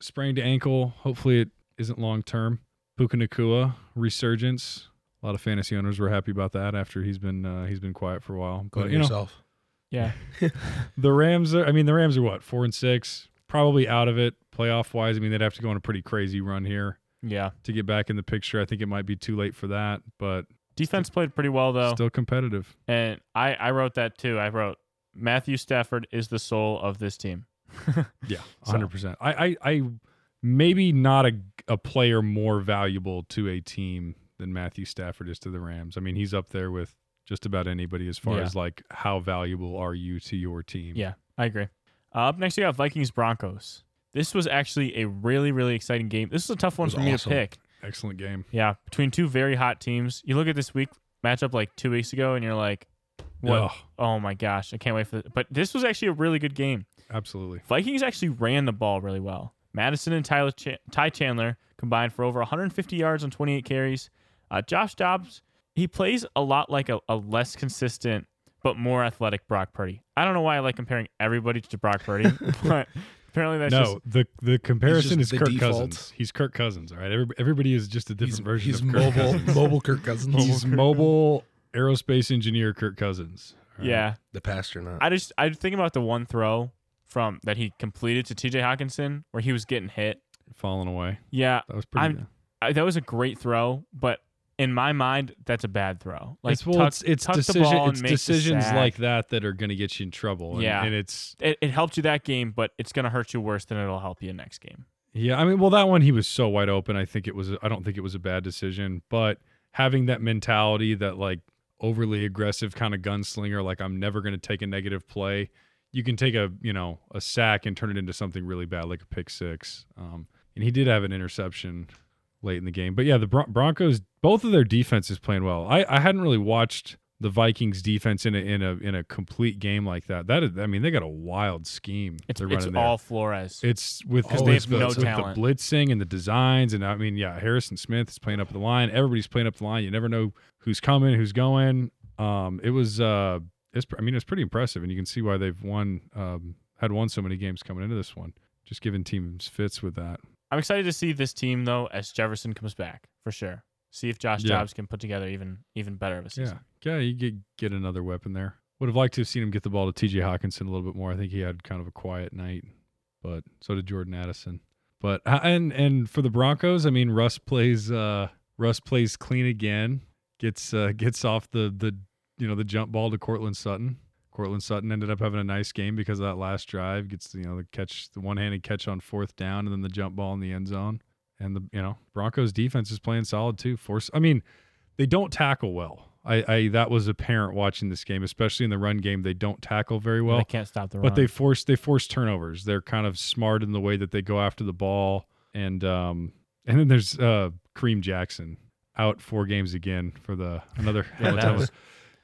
[SPEAKER 3] sprained ankle. Hopefully it isn't long term. Puka Nakua resurgence. A lot of fantasy owners were happy about that after he's been uh, he's been quiet for a while.
[SPEAKER 4] Go
[SPEAKER 3] But
[SPEAKER 4] to
[SPEAKER 3] you know
[SPEAKER 4] yourself.
[SPEAKER 2] Yeah,
[SPEAKER 3] the Rams are. I mean the Rams are what four and six, probably out of it playoff wise. I mean they'd have to go on a pretty crazy run here
[SPEAKER 2] yeah.
[SPEAKER 3] to get back in the picture. I think it might be too late for that, but
[SPEAKER 2] Defense played pretty well though,
[SPEAKER 3] still competitive.
[SPEAKER 2] and I I wrote that too. I wrote Matthew Stafford is the soul of this team.
[SPEAKER 3] Yeah,
[SPEAKER 2] So-
[SPEAKER 3] hundred percent. I, I I maybe not a a player more valuable to a team than Matthew Stafford is to the Rams. I mean, he's up there with just about anybody as far
[SPEAKER 2] Yeah.
[SPEAKER 3] as like how valuable are you to your team?
[SPEAKER 2] Yeah, I agree. Uh, up next, we got Vikings Broncos. This was actually a really really exciting game. This is a tough one
[SPEAKER 4] was
[SPEAKER 2] for me
[SPEAKER 4] awesome.
[SPEAKER 2] to pick.
[SPEAKER 3] excellent game.
[SPEAKER 2] Yeah, between two very hot teams. You look at this week matchup like two weeks ago, and you're like, "What?
[SPEAKER 3] Ugh,
[SPEAKER 2] Oh my gosh, I can't wait for this." But this was actually a really good game.
[SPEAKER 3] absolutely.
[SPEAKER 2] Vikings actually ran the ball really well. Madison and Tyler Ch- Ty Chandler combined for over 150 yards on 28 carries. Uh, Josh Dobbs, he plays a lot like a, a less consistent but more athletic Brock Purdy. I don't know why I like comparing everybody to Brock
[SPEAKER 3] [LAUGHS]
[SPEAKER 2] Purdy, but apparently that's
[SPEAKER 3] no,
[SPEAKER 2] just
[SPEAKER 3] the the comparison
[SPEAKER 4] just
[SPEAKER 3] is
[SPEAKER 4] the
[SPEAKER 3] Kirk
[SPEAKER 4] default.
[SPEAKER 3] Cousins. He's Kirk Cousins. All right, Every, everybody is just a different
[SPEAKER 4] He's,
[SPEAKER 3] version
[SPEAKER 4] he's
[SPEAKER 3] of Kirk
[SPEAKER 4] mobile,
[SPEAKER 3] Cousins.
[SPEAKER 4] [LAUGHS] mobile Kirk Cousins.
[SPEAKER 3] he's mobile aerospace engineer Kirk Cousins. All right.
[SPEAKER 2] yeah.
[SPEAKER 4] the pastor not.
[SPEAKER 2] I just I think about the one throw from that he completed to T.J. Hawkinson where he was getting hit.
[SPEAKER 3] falling away.
[SPEAKER 2] Yeah,
[SPEAKER 3] That was pretty.
[SPEAKER 2] I'm- I, that was a great throw, but in my mind, that's a bad throw. Like
[SPEAKER 3] it's, well,
[SPEAKER 2] tuck-
[SPEAKER 3] it's, it's
[SPEAKER 2] tuck
[SPEAKER 3] decision,
[SPEAKER 2] the ball
[SPEAKER 3] it's
[SPEAKER 2] and make the
[SPEAKER 3] decisions
[SPEAKER 2] sack.
[SPEAKER 3] like that that are going to get you in trouble. And,
[SPEAKER 2] Yeah.
[SPEAKER 3] and it's
[SPEAKER 2] It, it helped you that game, but it's gonna hurt you worse than it'll help you next game.
[SPEAKER 3] yeah. I mean, well, that one he was so wide open. I think it was. I don't think it was a bad decision, but having that mentality that like overly aggressive kind of gunslinger, like I'm never going to take a negative play. You can take a you know a sack and turn it into something really bad, like a pick six. Um, and he did have an interception late in the game. But yeah, the Bron- Broncos, both of their defenses playing well. I, I hadn't really watched the Vikings defense in a in a in a complete game like that. That is, I mean, they got a wild scheme.
[SPEAKER 2] It's
[SPEAKER 3] they're
[SPEAKER 2] it's
[SPEAKER 3] running there.
[SPEAKER 2] all Flores.
[SPEAKER 3] It's with
[SPEAKER 4] 'Cause
[SPEAKER 3] with
[SPEAKER 4] Oh, they
[SPEAKER 3] the-
[SPEAKER 4] have no
[SPEAKER 3] with
[SPEAKER 2] talent.
[SPEAKER 3] the blitzing and the designs, and I mean, yeah, Harrison Smith is playing up the line. Everybody's playing up the line. You never know who's coming, who's going. Um, it was, uh, it's, I mean, it's pretty impressive, and you can see why they've won, um, had won so many games coming into this one. Just giving teams fits with that.
[SPEAKER 2] I'm excited to see this team though as Jefferson comes back for sure. See if Josh
[SPEAKER 3] Yeah.
[SPEAKER 2] Jobs can put together even even better of a
[SPEAKER 3] Yeah,
[SPEAKER 2] season.
[SPEAKER 3] yeah, you get get another weapon there. Would have liked to have seen him get the ball to T.J. Hawkinson a little bit more. I think he had kind of a quiet night, but so did Jordan Addison. But uh, and and for the Broncos, I mean, Russ plays uh, Russ plays clean again. Gets uh, gets off the the you know the jump ball to Cortland Sutton. Cortland Sutton ended up having a nice game because of that last drive. Gets you know the catch, the one handed catch on fourth down, and then the jump ball in the end zone. And the you know Broncos defense is playing solid too. Force, I mean, they don't tackle well. I, I that was apparent watching this game, especially in the run game. They don't tackle very well
[SPEAKER 2] they can't stop the run.
[SPEAKER 3] but they force they force turnovers. They're kind of smart in the way that they go after the ball. And um and then there's uh Kareem Jackson out four games again for the
[SPEAKER 2] [LAUGHS]
[SPEAKER 3] another
[SPEAKER 2] Yeah, that was-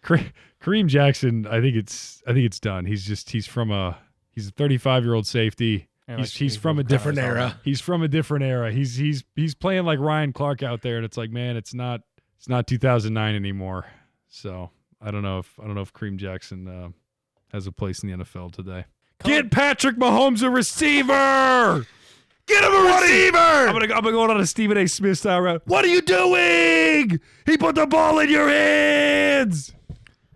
[SPEAKER 3] Kare- Kareem Jackson, I think it's I think it's done. He's just he's from a he's a 35 year old safety.
[SPEAKER 2] And,
[SPEAKER 3] he's
[SPEAKER 2] like,
[SPEAKER 3] he's
[SPEAKER 2] he
[SPEAKER 3] from a
[SPEAKER 2] moved
[SPEAKER 3] different
[SPEAKER 4] covers all
[SPEAKER 3] era.
[SPEAKER 4] that.
[SPEAKER 3] He's from a different era. He's he's he's playing like Ryan Clark out there, and it's like man, it's not it's not 2009 anymore. So I don't know if I don't know if Kareem Jackson uh, has a place in the NFL today. Get Patrick Mahomes a receiver. Get him a receiver. I'm gonna, I'm gonna go on a Stephen A. Smith style route. What are you doing? He put the ball in your hands.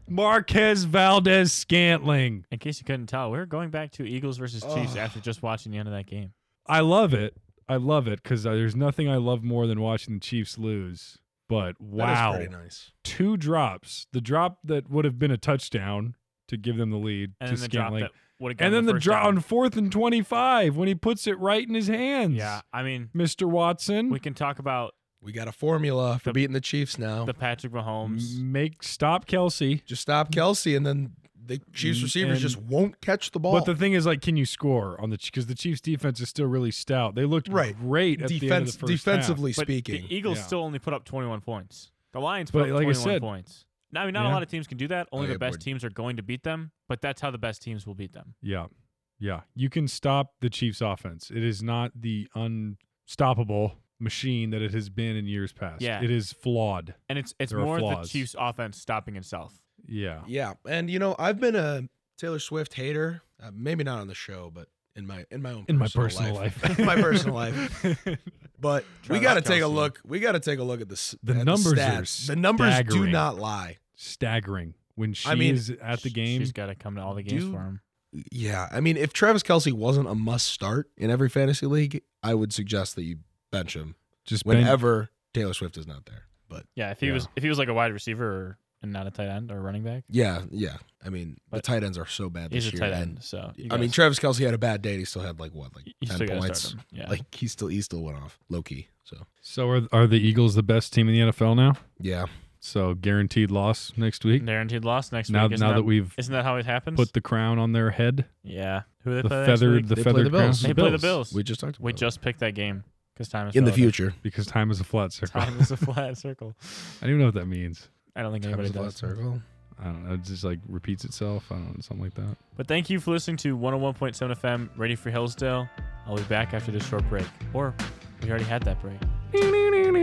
[SPEAKER 3] Marquez Valdez Scantling.
[SPEAKER 2] in case you couldn't tell, we're going back to Eagles versus Chiefs after just watching the end of that game.
[SPEAKER 3] I love it. I love it because there's nothing I love more than watching the Chiefs lose. But wow,
[SPEAKER 4] That is pretty nice.
[SPEAKER 3] two drops. The drop that would have been a touchdown to give them the lead
[SPEAKER 2] and
[SPEAKER 3] to
[SPEAKER 2] then the drop
[SPEAKER 3] Scantling.
[SPEAKER 2] that would have
[SPEAKER 3] and then the,
[SPEAKER 2] the first
[SPEAKER 3] drop
[SPEAKER 2] down.
[SPEAKER 3] on fourth and 25 when he puts it right in his hands.
[SPEAKER 2] Yeah, I mean,
[SPEAKER 3] Mr. Watson,
[SPEAKER 2] we can talk about
[SPEAKER 4] We got a formula for
[SPEAKER 2] The-
[SPEAKER 4] beating the Chiefs now.
[SPEAKER 2] the Patrick Mahomes.
[SPEAKER 3] make stop Kelsey.
[SPEAKER 4] just stop Kelsey, and then the Chiefs
[SPEAKER 3] Mm,
[SPEAKER 4] receivers
[SPEAKER 3] and-
[SPEAKER 4] just won't catch the ball.
[SPEAKER 3] But the thing is, like, can you score on the because the Chiefs' defense is still really stout. They looked
[SPEAKER 4] Right.
[SPEAKER 3] great at the end of
[SPEAKER 4] defense,
[SPEAKER 3] the first
[SPEAKER 4] defensively
[SPEAKER 2] But
[SPEAKER 4] speaking,
[SPEAKER 2] the Eagles
[SPEAKER 3] Yeah.
[SPEAKER 2] still only put up 21 points. The Lions put
[SPEAKER 3] But
[SPEAKER 2] up
[SPEAKER 3] like I
[SPEAKER 2] 21
[SPEAKER 3] said-
[SPEAKER 2] points. Now, I mean, not a
[SPEAKER 3] Yeah.
[SPEAKER 2] lot of teams can do that. Only
[SPEAKER 4] Oh, yeah,
[SPEAKER 2] the best
[SPEAKER 4] board.
[SPEAKER 2] teams are going to beat them, but that's how the best teams will beat them.
[SPEAKER 3] half. Yeah, yeah. You can stop the Chiefs' offense. It is not the unstoppable machine that it has been in years past.
[SPEAKER 2] Yeah.
[SPEAKER 3] it is flawed.
[SPEAKER 2] And it's it's
[SPEAKER 3] There are
[SPEAKER 2] more the
[SPEAKER 3] flaws.
[SPEAKER 2] Chiefs' offense stopping itself.
[SPEAKER 3] Yeah,
[SPEAKER 4] yeah. And you know, I've been a Taylor Swift hater. Uh, maybe not on the show, but in my in my own
[SPEAKER 3] in my personal life,
[SPEAKER 4] [LAUGHS] In
[SPEAKER 3] [LAUGHS]
[SPEAKER 4] my personal life. But we
[SPEAKER 2] Travis
[SPEAKER 4] got to take a
[SPEAKER 2] Kelce.
[SPEAKER 4] look. We got to take a look at this.
[SPEAKER 3] The
[SPEAKER 4] at
[SPEAKER 3] numbers are
[SPEAKER 4] the, stats. the numbers do
[SPEAKER 3] staggering.
[SPEAKER 4] not lie.
[SPEAKER 3] staggering when she
[SPEAKER 4] I mean,
[SPEAKER 3] is at the
[SPEAKER 2] Sh-
[SPEAKER 3] game.
[SPEAKER 2] She's got to come to all the games
[SPEAKER 4] Dude.
[SPEAKER 2] for him.
[SPEAKER 4] Yeah, I mean, if Travis Kelsey wasn't a must start in every fantasy league, I would suggest that you bench him
[SPEAKER 3] Just been-
[SPEAKER 4] whenever Taylor Swift is not there. But
[SPEAKER 2] Yeah, if he
[SPEAKER 3] Yeah.
[SPEAKER 2] was if he was like a wide receiver or, and not a tight end or running back,
[SPEAKER 4] yeah, yeah, I mean, the
[SPEAKER 2] But
[SPEAKER 4] tight ends are so bad this
[SPEAKER 2] he's a
[SPEAKER 4] year.
[SPEAKER 2] tight end.
[SPEAKER 4] and-
[SPEAKER 2] So you
[SPEAKER 4] I mean,
[SPEAKER 2] guys-
[SPEAKER 4] Travis Kelsey had a bad day. And he still had like what, like
[SPEAKER 2] you still
[SPEAKER 4] ten
[SPEAKER 2] gotta
[SPEAKER 4] points. [LAUGHS]
[SPEAKER 2] start him. Yeah,
[SPEAKER 4] Like he still he still went off low key. So
[SPEAKER 3] so are are the Eagles the best team in the NFL now?
[SPEAKER 4] yeah,
[SPEAKER 3] So guaranteed loss next week.
[SPEAKER 2] guaranteed loss next
[SPEAKER 3] now
[SPEAKER 2] week. Isn't
[SPEAKER 3] now that, we've
[SPEAKER 2] isn't that how it happens?
[SPEAKER 3] put the crown on their head,
[SPEAKER 2] yeah, who they
[SPEAKER 3] the
[SPEAKER 2] play
[SPEAKER 3] feathered
[SPEAKER 2] Next week?
[SPEAKER 3] the
[SPEAKER 4] They play
[SPEAKER 3] feathered
[SPEAKER 4] the
[SPEAKER 3] crown.
[SPEAKER 4] Bills.
[SPEAKER 2] They play the Bills.
[SPEAKER 4] we just talked. About
[SPEAKER 2] we
[SPEAKER 4] it.
[SPEAKER 2] just picked that game because time is
[SPEAKER 4] in the
[SPEAKER 2] relative.
[SPEAKER 4] future.
[SPEAKER 3] because time is a flat
[SPEAKER 2] [LAUGHS]
[SPEAKER 3] circle.
[SPEAKER 2] Time is a flat circle.
[SPEAKER 3] I don't even know what that means.
[SPEAKER 2] I don't think
[SPEAKER 4] Time
[SPEAKER 2] anybody
[SPEAKER 4] is a flat
[SPEAKER 2] does.
[SPEAKER 4] circle.
[SPEAKER 3] I don't know. It just like repeats itself. I don't know, something like that.
[SPEAKER 2] But thank you for listening to 101.7 FM, ready for Hillsdale. I'll be back after this short break. Or we already had that break.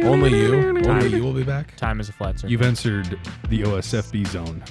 [SPEAKER 4] Only you. Only
[SPEAKER 2] Time.
[SPEAKER 4] you will be back.
[SPEAKER 2] Time is a flat circle.
[SPEAKER 3] You've entered the OSFB zone.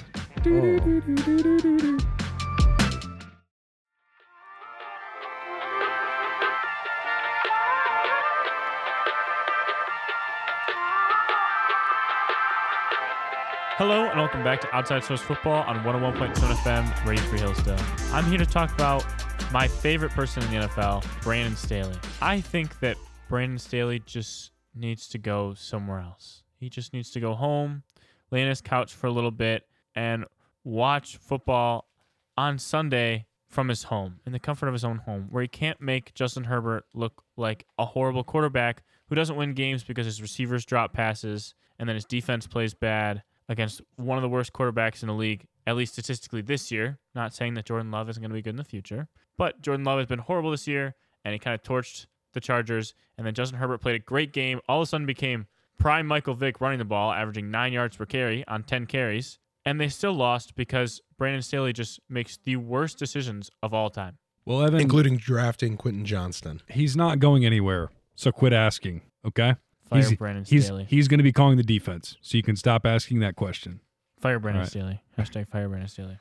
[SPEAKER 2] Hello and welcome back to Outside Source Football on 101.7 FM, ready for Hillsdale. I'm here to talk about my favorite person in the NFL, Brandon Staley. I think that Brandon Staley just needs to go somewhere else. He just needs to go home, lay on his couch for a little bit, and watch football on Sunday from his home, in the comfort of his own home, where he can't make Justin Herbert look like a horrible quarterback who doesn't win games because his receivers drop passes and then his defense plays bad against one of the worst quarterbacks in the league, at least statistically this year. Not saying that Jordan Love isn't going to be good in the future, but Jordan Love has been horrible this year and he kind of torched the Chargers. And then Justin Herbert played a great game, all of a sudden became prime Michael Vick running the ball, averaging nine yards per carry on 10 carries. And they still lost because Brandon Staley just makes the worst decisions of all time.
[SPEAKER 3] Well, Evan,
[SPEAKER 4] Including drafting Quentin Johnston.
[SPEAKER 3] he's not going anywhere. So quit asking. Okay.
[SPEAKER 2] Fire
[SPEAKER 3] he's,
[SPEAKER 2] Brandon
[SPEAKER 3] he's,
[SPEAKER 2] Staley.
[SPEAKER 3] He's going to be calling the defense, so you can stop asking that question.
[SPEAKER 2] Fire Brandon
[SPEAKER 3] Right.
[SPEAKER 2] Staley. Hashtag fire Brandon Staley.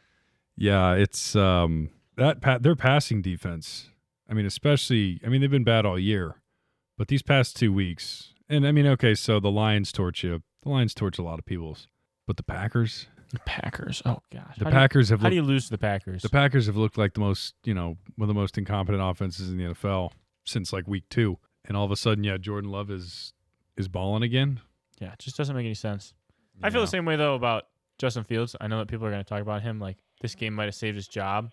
[SPEAKER 3] Yeah, it's um that pa- their passing defense. I mean, especially I mean they've been bad all year, but these past two weeks. And I mean, okay, so the Lions torch you. The Lions torch a lot of people's, but the Packers,
[SPEAKER 2] The Packers. Oh, gosh.
[SPEAKER 3] the
[SPEAKER 2] how
[SPEAKER 3] Packers
[SPEAKER 2] Do you,
[SPEAKER 3] have
[SPEAKER 2] how do
[SPEAKER 3] looked,
[SPEAKER 2] you lose to the Packers?
[SPEAKER 3] the Packers have looked like the most you know one of the most incompetent offenses in the NFL since like week two. And all of a sudden, yeah, Jordan Love is is balling again.
[SPEAKER 2] yeah, it just doesn't make any sense. I feel the same way though about Justin Fields. I know that people are going to talk about him like this game might have saved his job,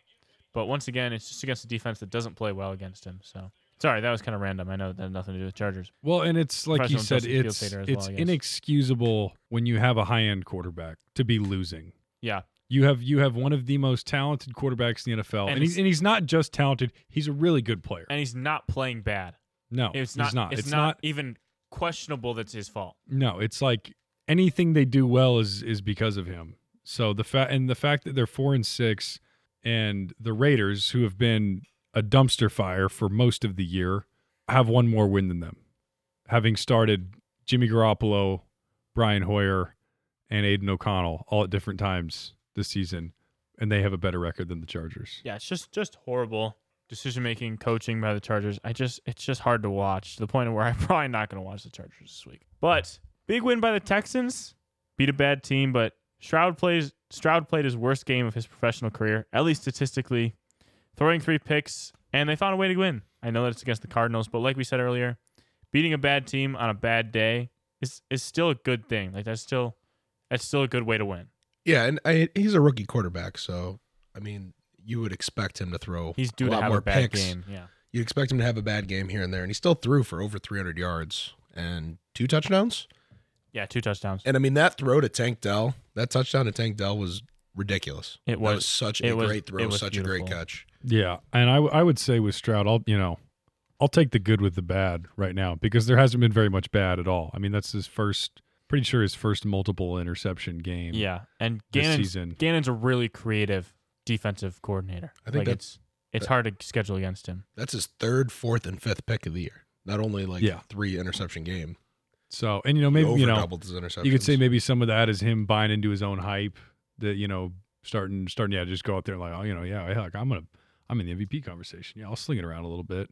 [SPEAKER 2] but once again, it's just against a defense that doesn't play well against him. So sorry, that was kind of random. I know that had nothing to do with Chargers.
[SPEAKER 3] Well, and it's like you
[SPEAKER 2] Professional
[SPEAKER 3] said,
[SPEAKER 2] Justin Fields
[SPEAKER 3] it's
[SPEAKER 2] hater as
[SPEAKER 3] it's
[SPEAKER 2] well, I guess.
[SPEAKER 3] inexcusable when you have a high end quarterback to be losing.
[SPEAKER 2] Yeah,
[SPEAKER 3] You have you have one of the most talented quarterbacks in the NFL,
[SPEAKER 2] And
[SPEAKER 3] and, he's
[SPEAKER 2] it's-
[SPEAKER 3] and he's not just talented; he's a really good player.
[SPEAKER 2] and he's not playing bad.
[SPEAKER 3] No,
[SPEAKER 2] It's
[SPEAKER 3] he's
[SPEAKER 2] not.
[SPEAKER 3] not.
[SPEAKER 2] It's, not, even questionable. That's his fault.
[SPEAKER 3] No, it's like anything they do well is is because of him. So the fact and the fact that they're four and six, and the Raiders, who have been a dumpster fire for most of the year, have one more win than them, having started Jimmy Garoppolo, Brian Hoyer, and Aiden O'Connell all at different times this season, and they have a better record than the Chargers.
[SPEAKER 2] Yeah, it's just just horrible decision making, coaching by the Chargers. I just it's just hard to watch to the point where [LAUGHS] I'm probably not going to watch the Chargers this week. But big win by the Texans. Beat a bad team, but Stroud plays Stroud played his worst game of his professional career, at least statistically, throwing three picks, and they found a way to win. I know that it's against the Cardinals, but like we said earlier, beating a bad team on a bad day is is still a good thing. Like that's still that's still a good way to win.
[SPEAKER 4] Yeah, and I, he's a rookie quarterback, so I mean, you would expect him to throw.
[SPEAKER 2] He's due
[SPEAKER 4] a
[SPEAKER 2] to
[SPEAKER 4] lot
[SPEAKER 2] have
[SPEAKER 4] more
[SPEAKER 2] a bad
[SPEAKER 4] picks.
[SPEAKER 2] game. Yeah.
[SPEAKER 4] You expect him to have a bad game here and there, and he still threw for over 300 yards and two touchdowns.
[SPEAKER 2] Yeah, two touchdowns.
[SPEAKER 4] And I mean, that throw to Tank Dell, that touchdown to Tank Dell was ridiculous.
[SPEAKER 2] It
[SPEAKER 4] that
[SPEAKER 2] was,
[SPEAKER 4] was such
[SPEAKER 2] it
[SPEAKER 4] a
[SPEAKER 2] was-
[SPEAKER 4] great
[SPEAKER 2] it
[SPEAKER 4] throw,
[SPEAKER 2] was
[SPEAKER 4] such a great
[SPEAKER 2] beautiful.
[SPEAKER 4] catch.
[SPEAKER 3] Yeah, and I, w- I would say with Stroud, I'll you know, I'll take the good with the bad right now because there hasn't been very much bad at all. I mean, that's his first, pretty sure his first multiple interception game.
[SPEAKER 2] Yeah, and
[SPEAKER 3] this
[SPEAKER 2] Gannon's,
[SPEAKER 3] season.
[SPEAKER 2] Gannon's a really creative defensive coordinator.
[SPEAKER 4] I think
[SPEAKER 2] like
[SPEAKER 4] that's-
[SPEAKER 2] it's it's hard to schedule against him.
[SPEAKER 4] That's his third, fourth, and fifth pick of the year. Not only like
[SPEAKER 3] Yeah.
[SPEAKER 4] three interception game,
[SPEAKER 3] So and you know
[SPEAKER 4] he
[SPEAKER 3] maybe
[SPEAKER 4] over
[SPEAKER 3] you know
[SPEAKER 4] doubled his interceptions.
[SPEAKER 3] you could say maybe some of that is him buying into his own hype that you know starting starting yeah just go out there like oh you know yeah heck I'm gonna I'm in the MVP conversation yeah I'll sling it around a little bit.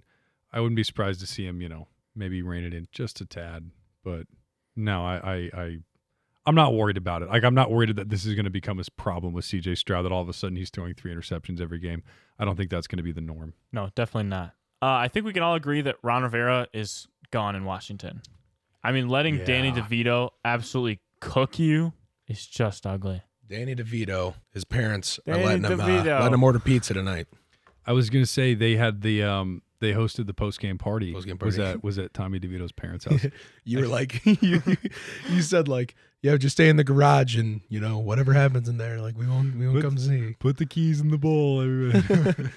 [SPEAKER 3] I wouldn't be surprised to see him you know maybe rein it in just a tad, but no I I. I I'm not worried about it. Like I'm not worried that this is going to become his problem with CJ Stroud that all of a sudden he's throwing three interceptions every game. I don't think that's going to be the norm.
[SPEAKER 2] No, definitely not. Uh, I think we can all agree that Ron Rivera is gone in Washington. I mean, letting Danny
[SPEAKER 3] Yeah.
[SPEAKER 2] DeVito absolutely cook you is just ugly.
[SPEAKER 4] Danny DeVito, his parents
[SPEAKER 2] Danny
[SPEAKER 4] are letting him, uh,
[SPEAKER 2] DeVito.
[SPEAKER 4] letting him order pizza tonight.
[SPEAKER 3] I was going to say they had the um they hosted the post game party.
[SPEAKER 4] Post-game
[SPEAKER 3] Was
[SPEAKER 4] party.
[SPEAKER 3] that was at Tommy DeVito's
[SPEAKER 4] [LAUGHS]
[SPEAKER 3] parents' house?
[SPEAKER 4] You were like, [LAUGHS] you, you said like, yeah, just stay in the garage and you know whatever happens in there, like we won't we won't
[SPEAKER 3] But- [LAUGHS]
[SPEAKER 4] come see.
[SPEAKER 3] Put the keys in the
[SPEAKER 2] [LAUGHS]
[SPEAKER 3] bowl, everybody.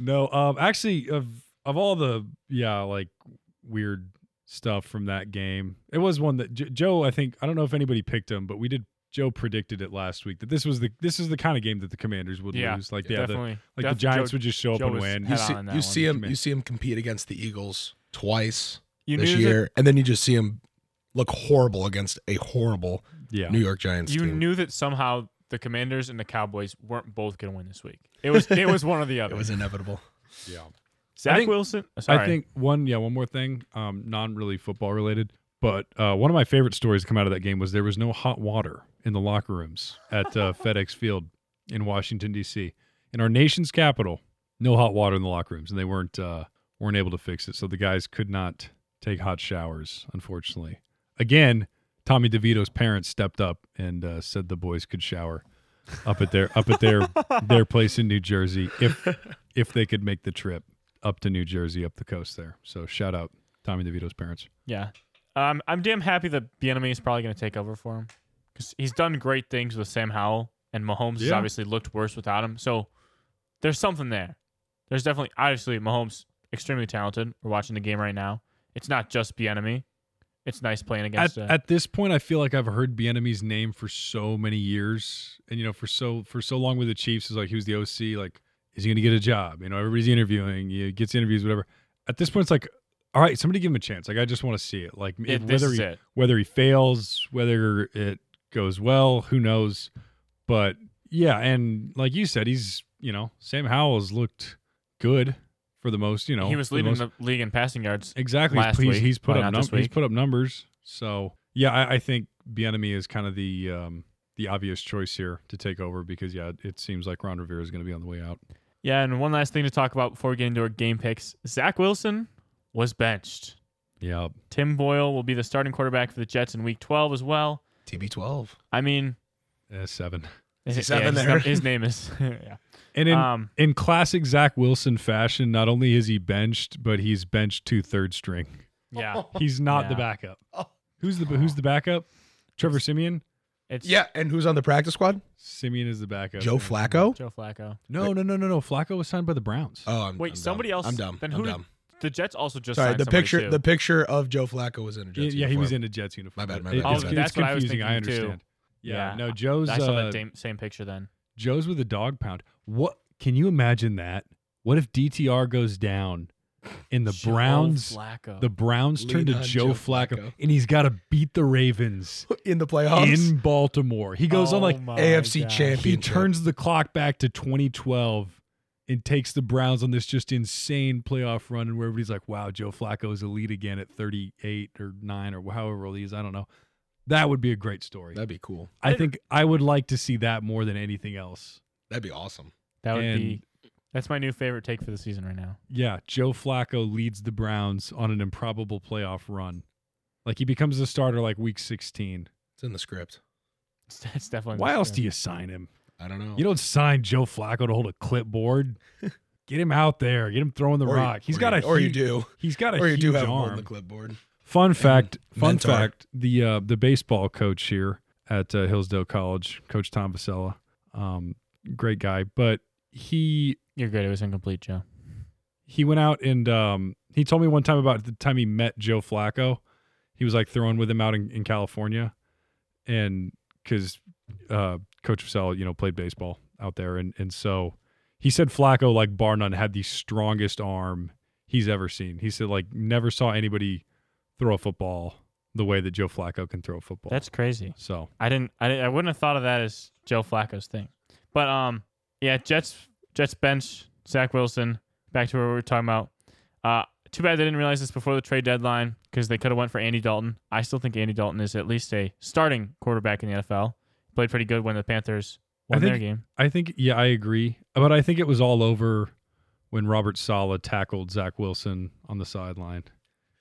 [SPEAKER 3] no, um, actually, of of all the yeah, like weird stuff from that game, it was one that J- Joe. I think I don't know if anybody picked him, but we did. Joe predicted it last week that this was the this is the kind of game that the Commanders would
[SPEAKER 2] Yeah,
[SPEAKER 3] lose. Like yeah, the, like
[SPEAKER 2] definitely.
[SPEAKER 3] the
[SPEAKER 2] Def-
[SPEAKER 3] Giants
[SPEAKER 2] Joe-
[SPEAKER 3] would just show up
[SPEAKER 2] Joe
[SPEAKER 3] and
[SPEAKER 2] was
[SPEAKER 3] win.
[SPEAKER 2] head
[SPEAKER 4] You see,
[SPEAKER 2] on in that
[SPEAKER 4] you
[SPEAKER 2] one.
[SPEAKER 4] see him
[SPEAKER 3] Man.
[SPEAKER 4] you see him compete against the Eagles twice
[SPEAKER 2] you
[SPEAKER 4] this
[SPEAKER 2] knew
[SPEAKER 4] year, and then you just see him look horrible against a horrible
[SPEAKER 3] Yeah,
[SPEAKER 4] New York Giants
[SPEAKER 2] That, you
[SPEAKER 4] team.
[SPEAKER 2] knew that somehow the Commanders and the Cowboys weren't both going to win this week. It was it was one or
[SPEAKER 3] [LAUGHS]
[SPEAKER 2] the
[SPEAKER 4] it
[SPEAKER 2] other.
[SPEAKER 4] was inevitable.
[SPEAKER 3] yeah.
[SPEAKER 2] Zach
[SPEAKER 3] I think-
[SPEAKER 2] Wilson. Sorry.
[SPEAKER 3] I think one, yeah, one more thing, um, non really football related, but uh, one of my favorite stories to come out of that game was there was no hot water in the locker rooms at uh, FedEx Field in Washington D.C. in our nation's capital. No hot water in the locker rooms, and they weren't uh, weren't able to fix it, so the guys could not take hot showers. Unfortunately, again, Tommy DeVito's parents stepped up and uh, said the boys could shower up at their up at their their place in New Jersey if if they could make the trip up to New Jersey, up the coast there. So shout out Tommy DeVito's parents.
[SPEAKER 2] Yeah. Um, I'm damn happy that Bienemy is probably going to take over for him because he's done great things with Sam Howell, and Mahomes has
[SPEAKER 3] Yeah.
[SPEAKER 2] obviously looked worse without him. So there's something there. There's definitely, obviously, Mahomes extremely talented. We're watching the game right now. It's not just Bienemy. It's nice playing
[SPEAKER 3] At,
[SPEAKER 2] against. uh,
[SPEAKER 3] at this point, I feel like I've heard Bienemy's name for so many years, and you know, for so for so long with the Chiefs, is like he was the OC. Like, is he going to get a job? You know, everybody's interviewing. He gets interviews, whatever. At this point, it's like, all right, somebody give him a chance. Like, I just want to see it. Like,
[SPEAKER 2] it- this
[SPEAKER 3] whether
[SPEAKER 2] is
[SPEAKER 3] he
[SPEAKER 2] it.
[SPEAKER 3] whether he fails, whether it goes well, who knows? But yeah, and like you said, he's you know Sam Howell's looked good for the most. You know,
[SPEAKER 2] he was
[SPEAKER 3] for the
[SPEAKER 2] leading
[SPEAKER 3] most-
[SPEAKER 2] the league in passing yards.
[SPEAKER 3] exactly.
[SPEAKER 2] last
[SPEAKER 3] he's,
[SPEAKER 2] week.
[SPEAKER 3] he's put
[SPEAKER 2] Why
[SPEAKER 3] up
[SPEAKER 2] not this
[SPEAKER 3] num- he's
[SPEAKER 2] week?
[SPEAKER 3] put up numbers. So yeah, I, I think Bienemy is kind of the um, the obvious choice here to take over because yeah, it seems like Ron Rivera is going to be on the way out.
[SPEAKER 2] Yeah, and one last thing to talk about before we get into our game picks Zach Wilson was benched.
[SPEAKER 3] Yeah,
[SPEAKER 2] Tim Boyle will be the starting quarterback for the Jets in week 12 as well.
[SPEAKER 4] TB12.
[SPEAKER 2] I mean,
[SPEAKER 3] uh, seven.
[SPEAKER 2] Is
[SPEAKER 4] He's
[SPEAKER 2] it-
[SPEAKER 4] having
[SPEAKER 2] his,
[SPEAKER 4] there.
[SPEAKER 2] num- his name is. [LAUGHS] yeah.
[SPEAKER 3] And in
[SPEAKER 2] um,
[SPEAKER 3] in classic Zach Wilson fashion, not only is he benched, but he's benched to third string.
[SPEAKER 2] yeah.
[SPEAKER 3] He's not the
[SPEAKER 2] Yeah.
[SPEAKER 3] backup.
[SPEAKER 4] Oh.
[SPEAKER 3] Who's the who's the backup? Trevor Simeon.
[SPEAKER 2] It's
[SPEAKER 4] Yeah, and who's on the practice squad?
[SPEAKER 3] Simeon is the backup.
[SPEAKER 4] Joe Flacco.
[SPEAKER 2] Joe Flacco.
[SPEAKER 3] No, no, no, no, no. Flacco was signed by the Browns.
[SPEAKER 4] Oh, I'm,
[SPEAKER 2] Wait,
[SPEAKER 4] I'm dumb.
[SPEAKER 2] somebody else-
[SPEAKER 4] I'm dumb.
[SPEAKER 2] then
[SPEAKER 4] I'm
[SPEAKER 2] who did-
[SPEAKER 4] dumb.
[SPEAKER 2] The Jets also just
[SPEAKER 4] Sorry,
[SPEAKER 2] signed
[SPEAKER 4] the
[SPEAKER 2] somebody,
[SPEAKER 4] picture
[SPEAKER 2] too.
[SPEAKER 4] the picture of Joe Flacco was in a
[SPEAKER 3] yeah,
[SPEAKER 4] Jets
[SPEAKER 3] yeah, he was
[SPEAKER 4] uniform.
[SPEAKER 3] in a Jets uniform.
[SPEAKER 4] My bad, my
[SPEAKER 3] It-
[SPEAKER 4] bad.
[SPEAKER 2] Oh,
[SPEAKER 3] it's, it's
[SPEAKER 2] that's what I was
[SPEAKER 3] confusing. I,
[SPEAKER 2] thinking, too.
[SPEAKER 3] understand. Yeah,
[SPEAKER 2] Yeah.
[SPEAKER 3] no, Joe's
[SPEAKER 2] I saw
[SPEAKER 3] uh,
[SPEAKER 2] that dam- same picture then.
[SPEAKER 3] Joe's with a dog pound. What can you imagine that? What if DTR goes down
[SPEAKER 4] [LAUGHS]
[SPEAKER 3] and the
[SPEAKER 2] Joe
[SPEAKER 3] Browns
[SPEAKER 2] Flacco.
[SPEAKER 3] the Browns turn
[SPEAKER 4] Lean
[SPEAKER 3] to
[SPEAKER 4] on
[SPEAKER 3] Joe,
[SPEAKER 4] Joe
[SPEAKER 3] Flacco,
[SPEAKER 4] Flacco.
[SPEAKER 3] and he's got to beat the Ravens
[SPEAKER 4] [LAUGHS] in the playoffs.
[SPEAKER 3] in Baltimore. He goes on like
[SPEAKER 2] Oh
[SPEAKER 4] AFC champ.
[SPEAKER 3] he
[SPEAKER 4] Championship.
[SPEAKER 3] turns the clock back to 2012 and takes the Browns on this just insane playoff run, and where everybody's like, "Wow, Joe Flacco is elite again at 38 or nine or however old he is." I don't know. That would be a great story.
[SPEAKER 4] That'd be cool.
[SPEAKER 3] I think I would like to see that more than anything else.
[SPEAKER 4] That'd be awesome.
[SPEAKER 2] That would
[SPEAKER 3] and
[SPEAKER 2] be That's my new favorite take for the season right now. [LAUGHS]
[SPEAKER 3] Yeah, Joe Flacco leads the Browns on an improbable playoff run. Like he becomes the starter like week 16.
[SPEAKER 4] It's in the script.
[SPEAKER 2] It's, it's definitely.
[SPEAKER 3] Why else do you sign him?
[SPEAKER 4] I don't know.
[SPEAKER 3] You don't sign Joe Flacco to hold a
[SPEAKER 4] [LAUGHS]
[SPEAKER 3] clipboard. Get him out there. Get him throwing the
[SPEAKER 4] Or you-
[SPEAKER 3] rock. He's
[SPEAKER 4] or
[SPEAKER 3] got
[SPEAKER 4] you-
[SPEAKER 3] a
[SPEAKER 4] or you
[SPEAKER 3] huge-
[SPEAKER 4] do.
[SPEAKER 3] He's got a
[SPEAKER 4] or you
[SPEAKER 3] huge
[SPEAKER 4] do have one
[SPEAKER 3] arm.
[SPEAKER 4] on the clipboard.
[SPEAKER 3] Fun fact, fun
[SPEAKER 4] mentor.
[SPEAKER 3] fact, the uh, the baseball coach here at uh, Hillsdale College, Coach Tom Vasella, um, great guy, but he
[SPEAKER 2] You're good. It was incomplete, Joe.
[SPEAKER 3] he went out and um, he told me one time about the time he met Joe Flacco. He was like throwing with him out in, in California, and because uh, Coach Vassell, you know, played baseball out there, and and so he said Flacco, like bar none, had the strongest arm he's ever seen. He said like never saw anybody throw a football the way that Joe Flacco can throw a football.
[SPEAKER 2] That's crazy.
[SPEAKER 3] so
[SPEAKER 2] I didn't, I didn't. I wouldn't have thought of that as Joe Flacco's thing. But um, yeah, Jets Jets bench Zach Wilson. Back to where we were talking about. Uh, too bad they didn't realize this before the trade deadline because they could have went for Andy Dalton. I still think Andy Dalton is at least a starting quarterback in the NFL. Played pretty good when the Panthers
[SPEAKER 3] I
[SPEAKER 2] won
[SPEAKER 3] think-
[SPEAKER 2] their game.
[SPEAKER 3] I think yeah, I agree, but I think it was all over when Robert Sala tackled Zach Wilson on the sideline.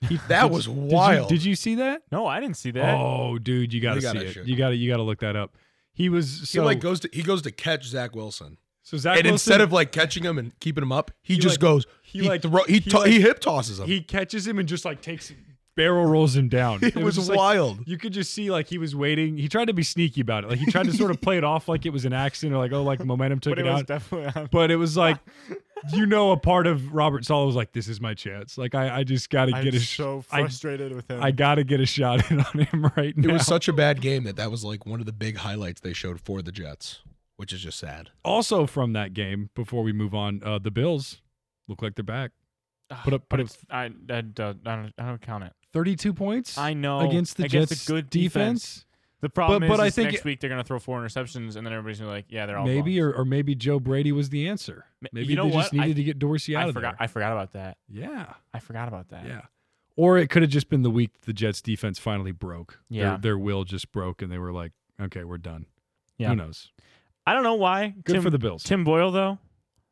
[SPEAKER 3] He-
[SPEAKER 4] [LAUGHS] That
[SPEAKER 3] did-
[SPEAKER 4] was
[SPEAKER 3] did you-
[SPEAKER 4] wild.
[SPEAKER 3] Did you see that?
[SPEAKER 2] No, I didn't see that.
[SPEAKER 3] Oh, dude, you gotta
[SPEAKER 4] We gotta
[SPEAKER 3] see it.
[SPEAKER 4] show
[SPEAKER 3] You gotta you gotta look that up. He was so
[SPEAKER 4] he like goes to he goes to catch Zach Wilson,
[SPEAKER 3] so Zach
[SPEAKER 4] and
[SPEAKER 3] Wilson,
[SPEAKER 4] instead of like catching him and keeping him up, he,
[SPEAKER 3] He,
[SPEAKER 4] just
[SPEAKER 3] like-
[SPEAKER 4] goes.
[SPEAKER 3] he,
[SPEAKER 4] He
[SPEAKER 3] like-
[SPEAKER 4] like thro- he
[SPEAKER 3] he,
[SPEAKER 4] to-
[SPEAKER 3] like-
[SPEAKER 4] he hip tosses him.
[SPEAKER 3] he catches him and just like takes barrel rolls him down.
[SPEAKER 4] [LAUGHS] it was,
[SPEAKER 3] just, like,
[SPEAKER 4] wild.
[SPEAKER 3] you could just see like he was waiting. He tried to be sneaky about it. Like he tried to sort of play it off like it was an accident or like oh like momentum took
[SPEAKER 2] [LAUGHS] but it
[SPEAKER 3] it,
[SPEAKER 2] was
[SPEAKER 3] out. [LAUGHS]
[SPEAKER 2] definitely.
[SPEAKER 3] but it
[SPEAKER 2] [LAUGHS]
[SPEAKER 3] was like you know a part of Robert Sala was like this is my chance. Like I I just got to
[SPEAKER 2] I'm
[SPEAKER 3] get a sh-
[SPEAKER 2] so
[SPEAKER 3] I,
[SPEAKER 2] frustrated with him.
[SPEAKER 3] I got to get a shot in on him [LAUGHS] right now.
[SPEAKER 4] It was such a bad game that that was like one of the big highlights they showed for the Jets, which is just sad.
[SPEAKER 3] also from that game before we move on uh the Bills look like they're back. Put up
[SPEAKER 2] But
[SPEAKER 3] put up
[SPEAKER 2] it's I, I, don't, I don't I don't count it.
[SPEAKER 3] 32 points
[SPEAKER 2] I know
[SPEAKER 3] against the
[SPEAKER 2] against
[SPEAKER 3] Jets
[SPEAKER 2] a good
[SPEAKER 3] defense.
[SPEAKER 2] The problem
[SPEAKER 3] But-
[SPEAKER 2] is,
[SPEAKER 3] but I
[SPEAKER 2] is
[SPEAKER 3] think-
[SPEAKER 2] next week they're gonna throw four interceptions, and then everybody's gonna be like, "Yeah, they're all
[SPEAKER 3] Maybe
[SPEAKER 2] bums.
[SPEAKER 3] or, or maybe Joe Brady was the answer.
[SPEAKER 2] Ma-
[SPEAKER 3] Maybe
[SPEAKER 2] you know
[SPEAKER 3] they just
[SPEAKER 2] what? I-
[SPEAKER 3] needed to get Dorsey out
[SPEAKER 2] I
[SPEAKER 3] of
[SPEAKER 2] forgot.
[SPEAKER 3] there.
[SPEAKER 2] I forgot about that.
[SPEAKER 3] yeah.
[SPEAKER 2] I forgot about that.
[SPEAKER 3] Yeah. Or it could have just been the week the Jets defense finally broke.
[SPEAKER 2] Yeah.
[SPEAKER 3] Their, their will just broke and they were like, okay, we're done.
[SPEAKER 2] Yeah.
[SPEAKER 3] Who knows?
[SPEAKER 2] I don't know why.
[SPEAKER 3] Good
[SPEAKER 2] Tim,
[SPEAKER 3] for the Bills.
[SPEAKER 2] Tim Boyle though.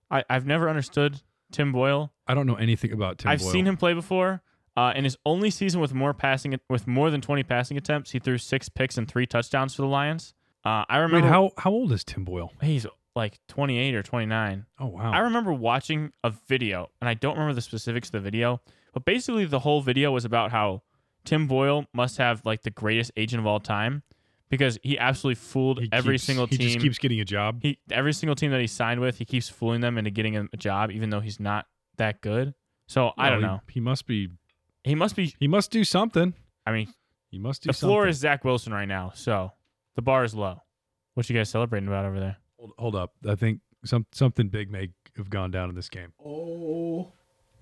[SPEAKER 2] I I've never understood Tim Boyle.
[SPEAKER 3] I don't know anything about Tim
[SPEAKER 2] I've
[SPEAKER 3] Boyle.
[SPEAKER 2] seen him play before. Uh, in his only season with more passing with more than twenty passing attempts, he threw six picks and three touchdowns for the Lions. Uh, I
[SPEAKER 3] Wait,
[SPEAKER 2] remember
[SPEAKER 3] how, how old is Tim Boyle?
[SPEAKER 2] he's like twenty eight or twenty nine.
[SPEAKER 3] Oh,
[SPEAKER 2] I
[SPEAKER 3] wow.
[SPEAKER 2] remember watching a video, and I don't remember the specifics of the video, but basically the whole video was about how Tim Boyle must have like the greatest agent of all time because he absolutely fooled
[SPEAKER 3] He
[SPEAKER 2] every
[SPEAKER 3] keeps-
[SPEAKER 2] single team.
[SPEAKER 3] He just keeps getting a job.
[SPEAKER 2] He- every single team that he signed with, he keeps fooling them into getting him a job, even though he's not that good. So I
[SPEAKER 3] Well,
[SPEAKER 2] don't
[SPEAKER 3] he-
[SPEAKER 2] know.
[SPEAKER 3] He must be,
[SPEAKER 2] He must be.
[SPEAKER 3] he must do something.
[SPEAKER 2] I mean,
[SPEAKER 3] He must do
[SPEAKER 2] the
[SPEAKER 3] something.
[SPEAKER 2] floor is Zach Wilson right now, so the bar is low. What you guys celebrating about over there?
[SPEAKER 3] Hold, hold up. I think some something big may have gone down in this game.
[SPEAKER 4] Oh,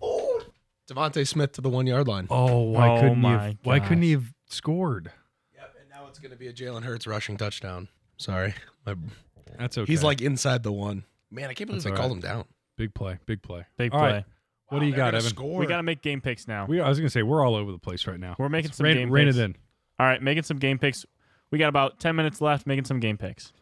[SPEAKER 4] oh! Devonte Smith to the one yard line.
[SPEAKER 3] Oh, why
[SPEAKER 2] Oh
[SPEAKER 3] couldn't he?
[SPEAKER 2] my
[SPEAKER 3] Have, why couldn't
[SPEAKER 2] gosh.
[SPEAKER 3] he have scored?
[SPEAKER 4] Yep, and now it's going to be a Jalen Hurts rushing touchdown. Sorry, My-
[SPEAKER 3] That's okay.
[SPEAKER 4] he's like inside the one. Man, I can't believe
[SPEAKER 3] That's
[SPEAKER 4] they
[SPEAKER 3] all
[SPEAKER 4] called
[SPEAKER 3] right.
[SPEAKER 4] him down.
[SPEAKER 3] big play, big play.
[SPEAKER 2] Big
[SPEAKER 3] All
[SPEAKER 2] play.
[SPEAKER 3] right. what do you
[SPEAKER 4] They're
[SPEAKER 3] got,
[SPEAKER 4] gonna
[SPEAKER 3] Evan?
[SPEAKER 4] Score.
[SPEAKER 2] We gotta make game picks now.
[SPEAKER 3] We, I was gonna say we're all over the place right now.
[SPEAKER 2] We're making some
[SPEAKER 3] rain,
[SPEAKER 2] game
[SPEAKER 3] rain
[SPEAKER 2] picks.
[SPEAKER 3] it in.
[SPEAKER 2] All right, making some game picks. We got about 10 minutes left making some game picks.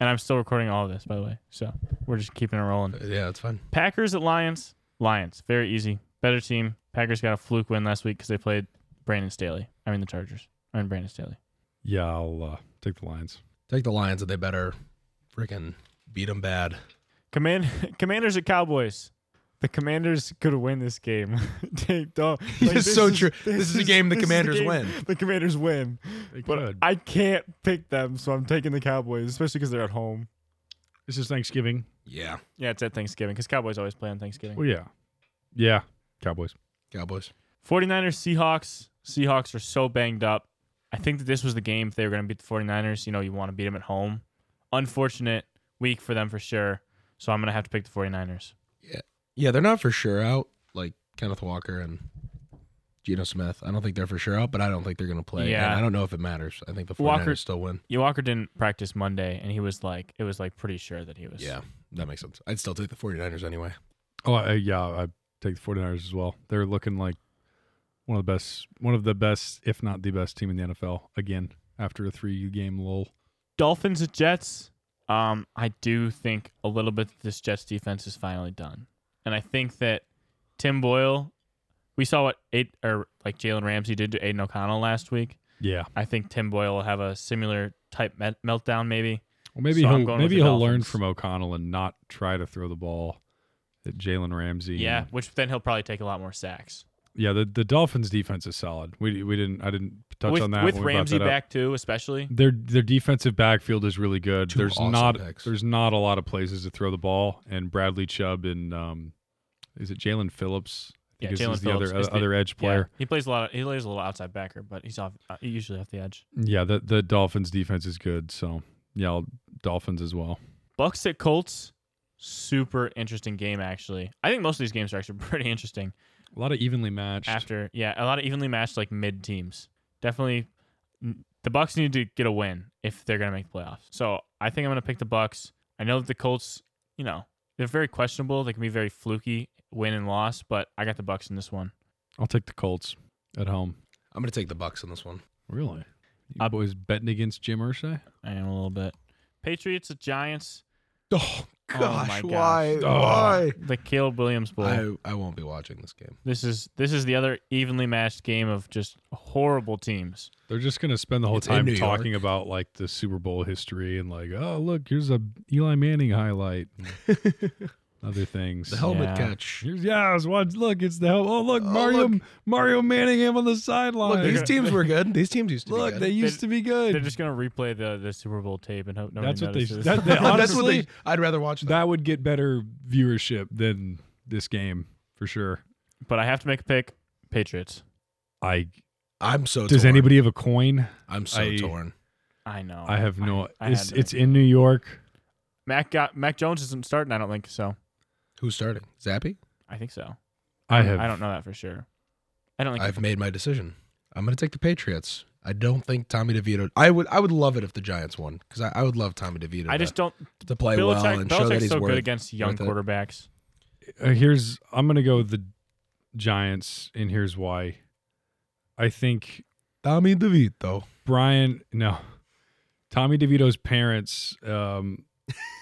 [SPEAKER 2] And I'm still recording all of this, by the way. So we're just keeping it rolling.
[SPEAKER 4] Uh, yeah, that's fine.
[SPEAKER 2] Packers at Lions. Lions. Very easy. Better team. Packers got a fluke win last week because they played Brandon Staley. I mean, the Chargers. I mean, Brandon Staley.
[SPEAKER 3] Yeah, I'll uh, take the Lions.
[SPEAKER 4] Take the Lions, and they better freaking beat them bad.
[SPEAKER 2] Command- [LAUGHS] Commanders at Cowboys. The Commanders could win this game. [LAUGHS] Dave, don't-
[SPEAKER 4] [LAUGHS]
[SPEAKER 2] like,
[SPEAKER 4] It's so true. This is a game
[SPEAKER 2] [LAUGHS]
[SPEAKER 4] the
[SPEAKER 2] this
[SPEAKER 4] Commanders
[SPEAKER 2] game
[SPEAKER 4] win.
[SPEAKER 2] The Commanders win.
[SPEAKER 3] They
[SPEAKER 2] But
[SPEAKER 3] could.
[SPEAKER 2] I can't pick them, so I'm taking the Cowboys, especially because they're at home.
[SPEAKER 3] this is Thanksgiving.
[SPEAKER 4] Yeah,
[SPEAKER 2] Yeah, it's at Thanksgiving because Cowboys always play on Thanksgiving.
[SPEAKER 3] Well, yeah, yeah. Cowboys.
[SPEAKER 4] Cowboys.
[SPEAKER 2] 49ers Seahawks. Seahawks are so banged up. I think that this was the game if they were going to beat the 49ers. You know, you want to beat them at home. Unfortunate week for them for sure. So I'm going to have to pick the 49ers.
[SPEAKER 4] Yeah, they're not for sure out. Like Kenneth Walker and Geno Smith. I don't think they're for sure out, but I don't think they're going to play.
[SPEAKER 2] Yeah.
[SPEAKER 4] And I don't know if it matters. I think the 49ers
[SPEAKER 2] Walker-
[SPEAKER 4] still win.
[SPEAKER 2] Yeah, Walker didn't practice Monday, and he was like, it was like pretty sure that he was.
[SPEAKER 4] Yeah, that makes sense. I'd still take the 49ers anyway.
[SPEAKER 3] Oh, I, yeah. I take the 49ers as well. They're looking like one of the best, one of the best, if not the best team in the NFL again after a three game lull.
[SPEAKER 2] Dolphins at Jets. Um, I do think a little bit that this Jets defense is finally done, and I think that Tim Boyle. We saw what eight or like Jalen Ramsey did to Aiden O'Connell last week.
[SPEAKER 3] Yeah.
[SPEAKER 2] I think Tim Boyle will have a similar type met- meltdown, maybe.
[SPEAKER 3] Well, maybe
[SPEAKER 2] So I'm
[SPEAKER 3] he'll
[SPEAKER 2] going with
[SPEAKER 3] maybe
[SPEAKER 2] the
[SPEAKER 3] he'll learn
[SPEAKER 2] Dolphins.
[SPEAKER 3] from O'Connell and not try to throw the ball at Jalen Ramsey.
[SPEAKER 2] Yeah, which then he'll probably take a lot more sacks.
[SPEAKER 3] yeah. The, the Dolphins' defense is solid. We we didn't I didn't touch
[SPEAKER 2] with
[SPEAKER 3] on that
[SPEAKER 2] with
[SPEAKER 3] when we brought
[SPEAKER 2] Ramsey
[SPEAKER 3] that up.
[SPEAKER 2] back too, especially.
[SPEAKER 3] Their their defensive backfield is really good.
[SPEAKER 4] Two
[SPEAKER 3] there's
[SPEAKER 4] awesome
[SPEAKER 3] not
[SPEAKER 4] picks.
[SPEAKER 3] there's not a lot of places to throw the ball, and Bradley Chubb and um, is it Jalen Phillips? I
[SPEAKER 2] Yeah,
[SPEAKER 3] think is-
[SPEAKER 2] Jalen
[SPEAKER 3] is the
[SPEAKER 2] Phillips
[SPEAKER 3] other uh,
[SPEAKER 2] is the-
[SPEAKER 3] other edge player.
[SPEAKER 2] Yeah, he plays a lot. Of, he plays a little outside backer, but he's off uh, usually off the edge.
[SPEAKER 3] Yeah, the the Dolphins defense is good. So yeah, I'll- Dolphins as well.
[SPEAKER 2] Bucks at Colts, super interesting game actually. I think most of these games are actually [LAUGHS] pretty interesting.
[SPEAKER 3] A lot of evenly matched.
[SPEAKER 2] After yeah, a lot of evenly matched like mid teams. Definitely, n- the Bucks need to get a win if they're gonna make the playoffs. So I think I'm gonna pick the Bucks. I know that the Colts, you know, they're very questionable. They can be very fluky win and loss, but I got the Bucks in this one.
[SPEAKER 3] I'll take the Colts at home.
[SPEAKER 4] I'm gonna take the Bucks on this one.
[SPEAKER 3] Really? You
[SPEAKER 2] Uh,
[SPEAKER 3] boys betting against Jim Ursay?
[SPEAKER 2] I am a little bit. Patriots at Giants.
[SPEAKER 4] Oh
[SPEAKER 2] gosh, my why? Oh.
[SPEAKER 3] gosh. why?
[SPEAKER 2] The Caleb Williams Bowl.
[SPEAKER 4] I, I won't be watching
[SPEAKER 2] [LAUGHS]
[SPEAKER 4] this game.
[SPEAKER 2] This is this is the other evenly matched game of just horrible teams.
[SPEAKER 3] They're just gonna spend the whole
[SPEAKER 4] It's in
[SPEAKER 3] time
[SPEAKER 4] New
[SPEAKER 3] talking about like the Super Bowl history and like, oh look, here's a Eli Manning highlight, and other things.
[SPEAKER 4] The
[SPEAKER 2] Yeah.
[SPEAKER 4] helmet catch.
[SPEAKER 3] Here's yeah, it's one. Look, it's the hel- oh look,
[SPEAKER 4] Oh,
[SPEAKER 3] Mario
[SPEAKER 4] look.
[SPEAKER 3] Mario Manningham on the sideline.
[SPEAKER 4] Look,
[SPEAKER 3] Look,
[SPEAKER 2] [LAUGHS]
[SPEAKER 4] these teams were good. These teams used to be
[SPEAKER 3] they
[SPEAKER 4] good.
[SPEAKER 3] used to be good.
[SPEAKER 2] They're just gonna replay the, the Super Bowl tape and hope nobody
[SPEAKER 3] [LAUGHS] That's what they.
[SPEAKER 2] notices.
[SPEAKER 3] That, that-
[SPEAKER 4] [LAUGHS] That's what
[SPEAKER 3] honestly,
[SPEAKER 4] they. I'd rather watch that.
[SPEAKER 3] that would get better viewership than this game for sure.
[SPEAKER 2] [LAUGHS] but I have to make a pick. Patriots.
[SPEAKER 3] I
[SPEAKER 4] I'm so.
[SPEAKER 3] does
[SPEAKER 4] torn.
[SPEAKER 3] anybody have a coin?
[SPEAKER 4] I'm so
[SPEAKER 3] I-
[SPEAKER 4] torn.
[SPEAKER 2] I know.
[SPEAKER 3] I have no.
[SPEAKER 2] I had
[SPEAKER 3] it's
[SPEAKER 2] to
[SPEAKER 3] it's
[SPEAKER 2] make-
[SPEAKER 3] in New York.
[SPEAKER 2] Mac got Mac Jones isn't starting. I don't think so.
[SPEAKER 4] Who's starting? Zappy.
[SPEAKER 2] I think so.
[SPEAKER 3] I have.
[SPEAKER 2] I don't know that for sure. I don't think.
[SPEAKER 4] I've made my decision. I'm gonna take the Patriots. I don't think Tommy DeVito. I would. I would love it if the Giants won because I, I would love Tommy DeVito.
[SPEAKER 2] I just
[SPEAKER 4] to,
[SPEAKER 2] don't.
[SPEAKER 4] to play
[SPEAKER 2] Belichick,
[SPEAKER 4] well and show that
[SPEAKER 2] Belichick's
[SPEAKER 4] he's
[SPEAKER 2] so
[SPEAKER 4] worth.
[SPEAKER 2] good against young
[SPEAKER 4] worth it.
[SPEAKER 2] quarterbacks.
[SPEAKER 3] uh, here's I'm gonna go with the Giants, and here's why. I think
[SPEAKER 4] Tommy DeVito.
[SPEAKER 3] Brian, no, Tommy DeVito's parents
[SPEAKER 4] [LAUGHS]
[SPEAKER 3] um,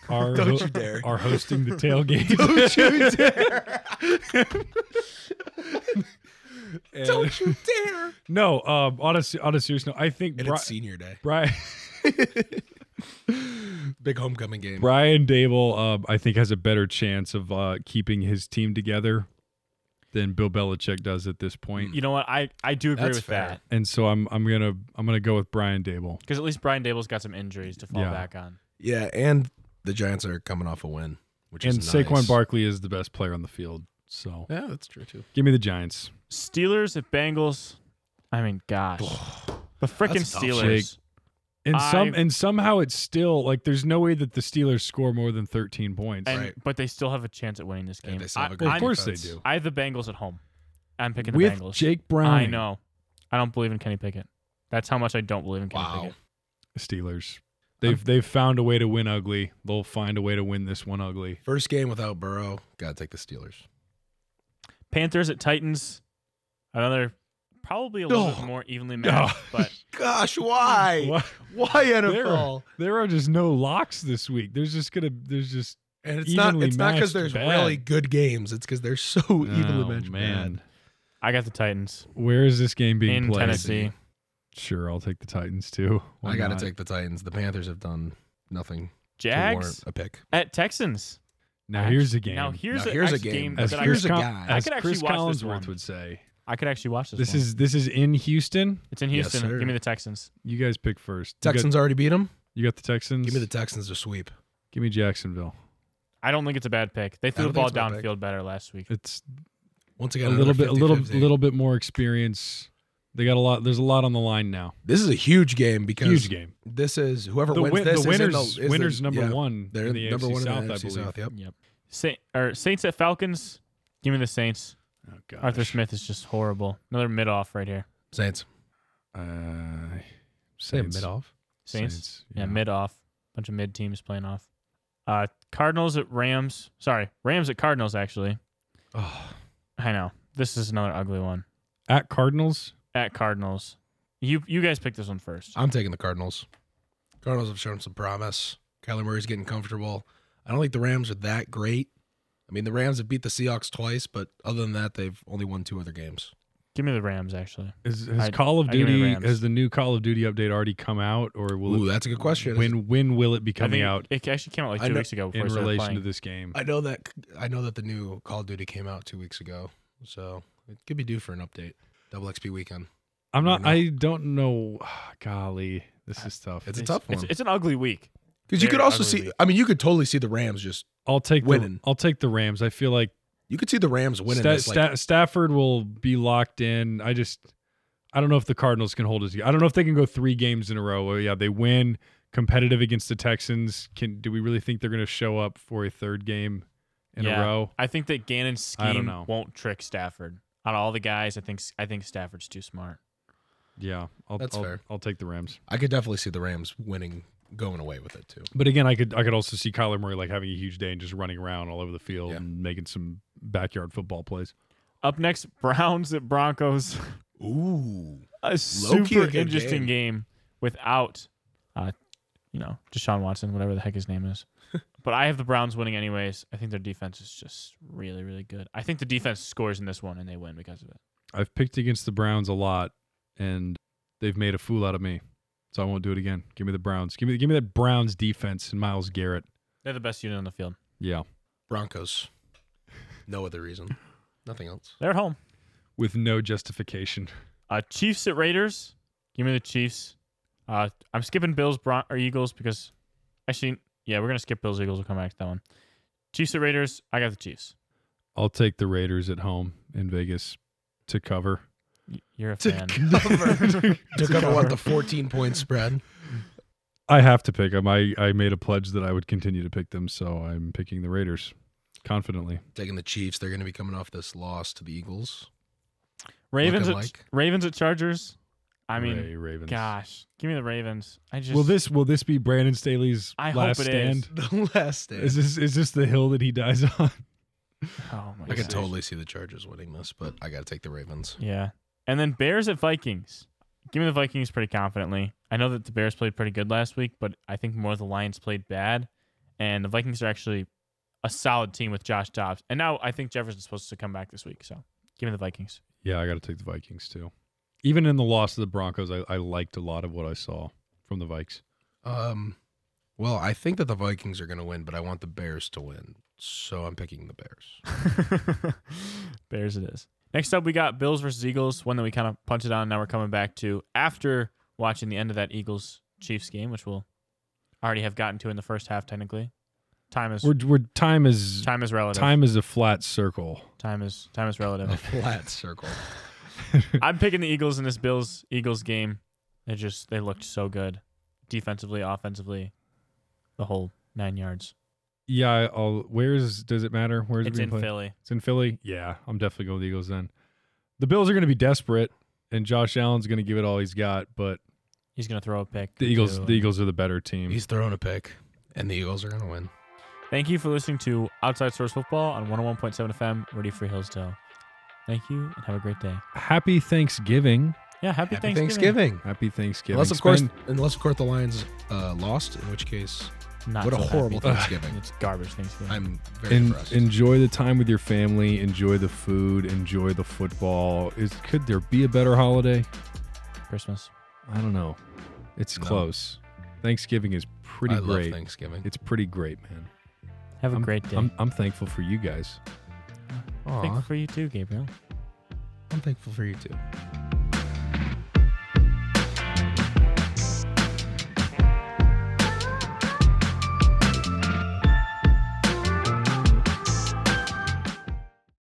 [SPEAKER 3] are
[SPEAKER 4] Don't you dare.
[SPEAKER 3] are hosting the
[SPEAKER 4] [LAUGHS]
[SPEAKER 3] tailgate.
[SPEAKER 4] Don't you dare!
[SPEAKER 3] [LAUGHS] And-
[SPEAKER 4] Don't [LAUGHS] you dare!
[SPEAKER 3] no, um, on a se- on a serious note, I think
[SPEAKER 4] And
[SPEAKER 3] Bri-
[SPEAKER 4] it's senior day.
[SPEAKER 3] Brian
[SPEAKER 4] Big homecoming game.
[SPEAKER 3] Brian Dable, um, I think, has a better chance of uh, keeping his team together than Bill Belichick does at this
[SPEAKER 4] Mm.
[SPEAKER 3] point.
[SPEAKER 2] You know what? I, I do agree
[SPEAKER 4] Hmm. That's
[SPEAKER 2] with
[SPEAKER 4] fair.
[SPEAKER 2] that
[SPEAKER 3] And so I'm I'm gonna I'm gonna go with Brian Dable.
[SPEAKER 2] because at least Brian Dable's got some injuries to fall
[SPEAKER 3] Yeah.
[SPEAKER 2] back on.
[SPEAKER 4] Yeah, and the Giants are coming off a win, which
[SPEAKER 3] and
[SPEAKER 4] is nice.
[SPEAKER 3] Saquon Barkley is the best player on the field. So
[SPEAKER 4] Yeah, that's true too.
[SPEAKER 3] give me the Giants.
[SPEAKER 2] Steelers at Bengals. I mean, gosh, the freaking
[SPEAKER 4] That's tough.
[SPEAKER 2] Steelers.
[SPEAKER 3] And some
[SPEAKER 2] I-
[SPEAKER 3] and somehow it's still like there's no way that the Steelers score more than 13 points.
[SPEAKER 2] And,
[SPEAKER 4] Right.
[SPEAKER 2] But they still have a chance at winning this
[SPEAKER 4] Yeah,
[SPEAKER 2] game.
[SPEAKER 4] they still have
[SPEAKER 2] I-
[SPEAKER 4] a good
[SPEAKER 3] well,
[SPEAKER 2] I'm-
[SPEAKER 3] of course
[SPEAKER 4] defense.
[SPEAKER 3] they do.
[SPEAKER 2] I have the Bengals at home. I'm picking the
[SPEAKER 3] With
[SPEAKER 2] Bengals.
[SPEAKER 3] Jake Brown.
[SPEAKER 2] I know. I don't believe in Kenny Pickett. That's how much I don't believe in Kenny
[SPEAKER 4] Wow.
[SPEAKER 2] Pickett.
[SPEAKER 3] Steelers. They've they've found a way to win ugly. They'll find a way to win this one ugly.
[SPEAKER 4] First game without Burrow. Gotta take the Steelers.
[SPEAKER 2] Panthers at Titans. Another probably a little bit
[SPEAKER 4] Oh.
[SPEAKER 2] more evenly matched, but
[SPEAKER 4] Gosh, why?
[SPEAKER 3] Why-
[SPEAKER 4] [LAUGHS] Why
[SPEAKER 3] NFL? There are just no locks this week. There's just gonna there's just
[SPEAKER 4] And it's not
[SPEAKER 3] Evenly
[SPEAKER 4] it's not because
[SPEAKER 3] matched
[SPEAKER 4] there's
[SPEAKER 3] bad.
[SPEAKER 4] really good games. It's because they're so evenly
[SPEAKER 3] Oh,
[SPEAKER 4] matched.
[SPEAKER 3] man.
[SPEAKER 4] bad.
[SPEAKER 2] I got the
[SPEAKER 4] [LAUGHS]
[SPEAKER 2] Titans
[SPEAKER 3] Where is this game being
[SPEAKER 2] in
[SPEAKER 3] played?
[SPEAKER 2] Tennessee.
[SPEAKER 3] Sure, I'll take the Titans too. Why
[SPEAKER 4] I gotta
[SPEAKER 3] not?
[SPEAKER 4] take the Titans. The Panthers have done nothing to warrant
[SPEAKER 2] Jags
[SPEAKER 4] a pick.
[SPEAKER 2] at Texans.
[SPEAKER 3] Now here's a game.
[SPEAKER 2] Now here's,
[SPEAKER 4] Now
[SPEAKER 2] a,
[SPEAKER 4] here's a
[SPEAKER 2] actually
[SPEAKER 4] game.
[SPEAKER 3] as
[SPEAKER 2] that I
[SPEAKER 3] Chris
[SPEAKER 4] here's a
[SPEAKER 2] could,
[SPEAKER 3] Col-
[SPEAKER 4] guy.
[SPEAKER 2] I
[SPEAKER 3] as
[SPEAKER 2] could actually
[SPEAKER 3] Chris
[SPEAKER 2] watch this
[SPEAKER 3] Collinsworth
[SPEAKER 2] one.
[SPEAKER 3] would say.
[SPEAKER 2] I could actually watch this.
[SPEAKER 3] This
[SPEAKER 2] one.
[SPEAKER 3] is this is in Houston.
[SPEAKER 2] it's in
[SPEAKER 4] Yes,
[SPEAKER 2] Houston.
[SPEAKER 4] sir.
[SPEAKER 2] Give me the Texans.
[SPEAKER 3] You guys pick first. You got-
[SPEAKER 4] Texans already beat them.
[SPEAKER 3] You got, the Texans.
[SPEAKER 4] Give me the Texans to sweep.
[SPEAKER 3] Give me Jacksonville.
[SPEAKER 2] I don't think it's a bad pick. They threw
[SPEAKER 4] I
[SPEAKER 2] the
[SPEAKER 4] don't
[SPEAKER 2] ball
[SPEAKER 4] think it's a bad
[SPEAKER 2] downfield better last week.
[SPEAKER 3] It's
[SPEAKER 4] Once again,
[SPEAKER 3] a little
[SPEAKER 4] another
[SPEAKER 3] bit, a little,
[SPEAKER 4] 50-50.
[SPEAKER 3] little bit more experience. They got a lot. There's a lot on the line now.
[SPEAKER 4] This is a huge game because
[SPEAKER 3] Huge game.
[SPEAKER 4] this is whoever
[SPEAKER 3] The,
[SPEAKER 4] wins
[SPEAKER 3] win,
[SPEAKER 4] this
[SPEAKER 3] the
[SPEAKER 4] is in
[SPEAKER 3] winners,
[SPEAKER 4] the- is in-
[SPEAKER 3] winners number
[SPEAKER 4] yeah,
[SPEAKER 3] one.
[SPEAKER 4] They're
[SPEAKER 3] in the
[SPEAKER 4] number
[SPEAKER 3] AFC
[SPEAKER 4] one
[SPEAKER 3] South,
[SPEAKER 4] in the
[SPEAKER 3] I
[SPEAKER 4] AFC
[SPEAKER 3] believe.
[SPEAKER 4] South. Yep.
[SPEAKER 2] Yep. Sa- or Saints at Falcons. Give me the Saints.
[SPEAKER 3] Oh, gosh.
[SPEAKER 2] Arthur Smith is just horrible. Another mid off right here.
[SPEAKER 4] Saints.
[SPEAKER 3] Uh,
[SPEAKER 4] Say
[SPEAKER 3] Saints.
[SPEAKER 4] mid off.
[SPEAKER 2] Saints. Yeah, mid off. Bunch of mid teams playing off. Uh, Cardinals at Rams. Sorry, Rams at Cardinals. Actually,
[SPEAKER 4] Oh,
[SPEAKER 2] I know this is another ugly one.
[SPEAKER 3] At Cardinals.
[SPEAKER 2] At Cardinals, you you guys pick this one first.
[SPEAKER 4] I'm taking the Cardinals. Cardinals have shown some promise. Kyler Murray's getting comfortable. I don't think the Rams are that great. I mean, the Rams have beat the Seahawks twice, but other than that, they've only won two other games.
[SPEAKER 2] Give me the Rams, actually.
[SPEAKER 3] Is, has
[SPEAKER 2] I-
[SPEAKER 3] Call of
[SPEAKER 2] I give me the
[SPEAKER 3] Duty
[SPEAKER 2] Rams.
[SPEAKER 3] has the new Call of Duty update already come out, or will
[SPEAKER 4] Ooh,
[SPEAKER 3] it,
[SPEAKER 4] that's a good question.
[SPEAKER 3] when when will it be
[SPEAKER 2] I
[SPEAKER 3] coming
[SPEAKER 2] think
[SPEAKER 3] out
[SPEAKER 2] It actually came out like
[SPEAKER 4] I
[SPEAKER 2] two
[SPEAKER 4] know-
[SPEAKER 2] weeks ago before
[SPEAKER 3] in
[SPEAKER 2] I started
[SPEAKER 3] relation
[SPEAKER 2] playing.
[SPEAKER 3] to this game?
[SPEAKER 4] I know that I know that the new Call of Duty came out two weeks ago, so it could be due for an update. Double XP weekend.
[SPEAKER 3] I'm
[SPEAKER 4] I
[SPEAKER 3] not.
[SPEAKER 4] know.
[SPEAKER 3] I don't know. [SIGHS] Golly, this is tough.
[SPEAKER 4] It's a tough one
[SPEAKER 2] It's, it's an ugly week.
[SPEAKER 4] because you
[SPEAKER 2] very
[SPEAKER 4] could
[SPEAKER 2] ugly
[SPEAKER 4] also see.
[SPEAKER 2] week.
[SPEAKER 4] I mean, you could totally see the Rams just.
[SPEAKER 3] I'll take
[SPEAKER 4] winning.
[SPEAKER 3] the I'll take the Rams. I feel like
[SPEAKER 4] You could see the Rams winning
[SPEAKER 3] Sta-
[SPEAKER 4] this. Like,
[SPEAKER 3] Sta- Stafford will be locked in. I just I don't know if the Cardinals can hold it. together. I don't know if they can go three games in a row. Well, yeah, they win competitive against the Texans. Can do we really think they're going to show up for a third game in
[SPEAKER 2] Yeah.
[SPEAKER 3] a row?
[SPEAKER 2] I think that Gannon's
[SPEAKER 3] I don't
[SPEAKER 2] scheme
[SPEAKER 3] know.
[SPEAKER 2] won't trick Stafford. Out of all the guys, I think I think Stafford's too smart.
[SPEAKER 3] Yeah, I'll,
[SPEAKER 4] That's
[SPEAKER 3] I'll,
[SPEAKER 4] fair.
[SPEAKER 3] I'll take the Rams.
[SPEAKER 4] I could definitely see the Rams winning, going away with it too.
[SPEAKER 3] But again, I could I could also see Kyler Murray like having a huge day and just running around all over the field
[SPEAKER 4] Yeah.
[SPEAKER 3] and making some backyard football plays.
[SPEAKER 2] Up next, [LAUGHS] Browns at Broncos.
[SPEAKER 4] Ooh,
[SPEAKER 2] a
[SPEAKER 4] Low-key a
[SPEAKER 2] super
[SPEAKER 4] good
[SPEAKER 2] interesting game, without, uh, you know, Deshaun Watson, whatever the heck his name [LAUGHS] is. but I have the Browns winning anyways. I think their defense is just really, really good. I think the defense scores in this one and they win because of it.
[SPEAKER 3] I've picked against the Browns a lot, and they've made a fool out of me. So I won't do it again. Give me the Browns. Give me give me that Browns defense and Miles Garrett.
[SPEAKER 2] They're the best unit on the field.
[SPEAKER 3] Yeah,
[SPEAKER 4] Broncos. No other reason. Nothing else.
[SPEAKER 2] They're at home.
[SPEAKER 3] with no justification. [LAUGHS]
[SPEAKER 2] Uh, Chiefs at Raiders. Give me the Chiefs. Uh, I'm skipping Bills Bron- or Eagles because actually, yeah, we're gonna skip Bills Eagles. We'll come back to that one. Chiefs at Raiders. I got the Chiefs.
[SPEAKER 3] I'll take the Raiders at home in Vegas to cover.
[SPEAKER 2] Y- You're a
[SPEAKER 4] To
[SPEAKER 2] fan.
[SPEAKER 4] cover, to cover what the fourteen point spread.
[SPEAKER 3] [LAUGHS] I have to pick them. I, I made a pledge that I would continue to pick them, so I'm picking the Raiders confidently.
[SPEAKER 4] [LAUGHS] Taking the Chiefs, they're going to be coming off this loss to the Eagles.
[SPEAKER 2] Ravens at
[SPEAKER 4] Looking like.
[SPEAKER 2] Ravens at Chargers. I mean,
[SPEAKER 3] Ray Ravens.
[SPEAKER 2] Gosh, give me the Ravens. I just
[SPEAKER 3] Will this will this be Brandon Staley's
[SPEAKER 2] I hope
[SPEAKER 3] last
[SPEAKER 2] it is.
[SPEAKER 3] stand?
[SPEAKER 4] [LAUGHS] The last day.
[SPEAKER 3] Is this is this the hill that he dies [LAUGHS] on?
[SPEAKER 2] Oh my
[SPEAKER 4] I can
[SPEAKER 2] gosh.
[SPEAKER 4] totally see the Chargers winning this, but I got to take the Ravens.
[SPEAKER 2] Yeah, and then Bears at Vikings. Give me the Vikings pretty confidently. I know that the Bears played pretty good last week, but I think more the Lions played bad, and the Vikings are actually a solid team with Josh Dobbs. And now I think Jefferson's supposed to come back this week, so give me the Vikings.
[SPEAKER 3] Yeah, I got to take the Vikings too. Even in the loss to the Broncos, I, I liked a lot of what I saw from the Vikes.
[SPEAKER 4] Um, well, I think that the Vikings are going to win, but I want the Bears to win, so I'm picking the Bears.
[SPEAKER 2] [LAUGHS] Bears it is. Next up, we got Bills versus Eagles, one that we kind of punted on. Now we're coming back to after watching the end of that Eagles Chiefs game, which we'll already have gotten to in the first half. Technically, time is
[SPEAKER 3] We're, we're time is time,
[SPEAKER 2] time is relative.
[SPEAKER 3] is a flat circle.
[SPEAKER 2] Time is time is
[SPEAKER 3] [LAUGHS]
[SPEAKER 4] A
[SPEAKER 2] relative.
[SPEAKER 4] flat circle.
[SPEAKER 2] I'm picking the Eagles in this Bills Eagles game. They just they looked so good, defensively, offensively, the whole nine yards.
[SPEAKER 3] Yeah, I'll, where's does it matter? Where's it
[SPEAKER 2] It's
[SPEAKER 3] being
[SPEAKER 2] in
[SPEAKER 3] played?
[SPEAKER 2] Philly.
[SPEAKER 3] It's in Philly. Yeah, I'm definitely going with the Eagles then. The Bills are going to be desperate, and Josh Allen's going to give it all he's got. But
[SPEAKER 2] He's gonna throw a pick.
[SPEAKER 3] the Eagles,
[SPEAKER 2] too.
[SPEAKER 3] the Eagles are the better team.
[SPEAKER 4] He's throwing a pick, and the Eagles are going to win.
[SPEAKER 2] Thank you for listening to Outside Source Football on 101.7 FM, ready for Hillsdale. Thank you and have a great day.
[SPEAKER 3] Happy Thanksgiving.
[SPEAKER 2] Yeah, happy,
[SPEAKER 4] Happy
[SPEAKER 2] Thanksgiving.
[SPEAKER 4] Thanksgiving.
[SPEAKER 3] Happy Thanksgiving.
[SPEAKER 4] Unless of course,
[SPEAKER 3] Spend-
[SPEAKER 4] unless of course the Lions uh, lost, in which case,
[SPEAKER 2] Not
[SPEAKER 4] what a
[SPEAKER 2] so happy.
[SPEAKER 4] horrible Thanksgiving.
[SPEAKER 2] It's garbage Thanksgiving.
[SPEAKER 4] I'm very
[SPEAKER 3] En-
[SPEAKER 4] impressed.
[SPEAKER 3] enjoy the time with your family. Enjoy the food. Enjoy the football. Is could there be a better holiday?
[SPEAKER 2] Christmas.
[SPEAKER 3] I don't know. It's
[SPEAKER 4] No.
[SPEAKER 3] close. Thanksgiving is pretty
[SPEAKER 4] I
[SPEAKER 3] great.
[SPEAKER 4] love Thanksgiving.
[SPEAKER 3] It's pretty great, man.
[SPEAKER 2] Have a
[SPEAKER 3] I'm-
[SPEAKER 2] great day.
[SPEAKER 3] I'm, I'm thankful for you guys.
[SPEAKER 4] Aw,
[SPEAKER 2] Thank you for you too, Gabriel.
[SPEAKER 4] I'm thankful for you too.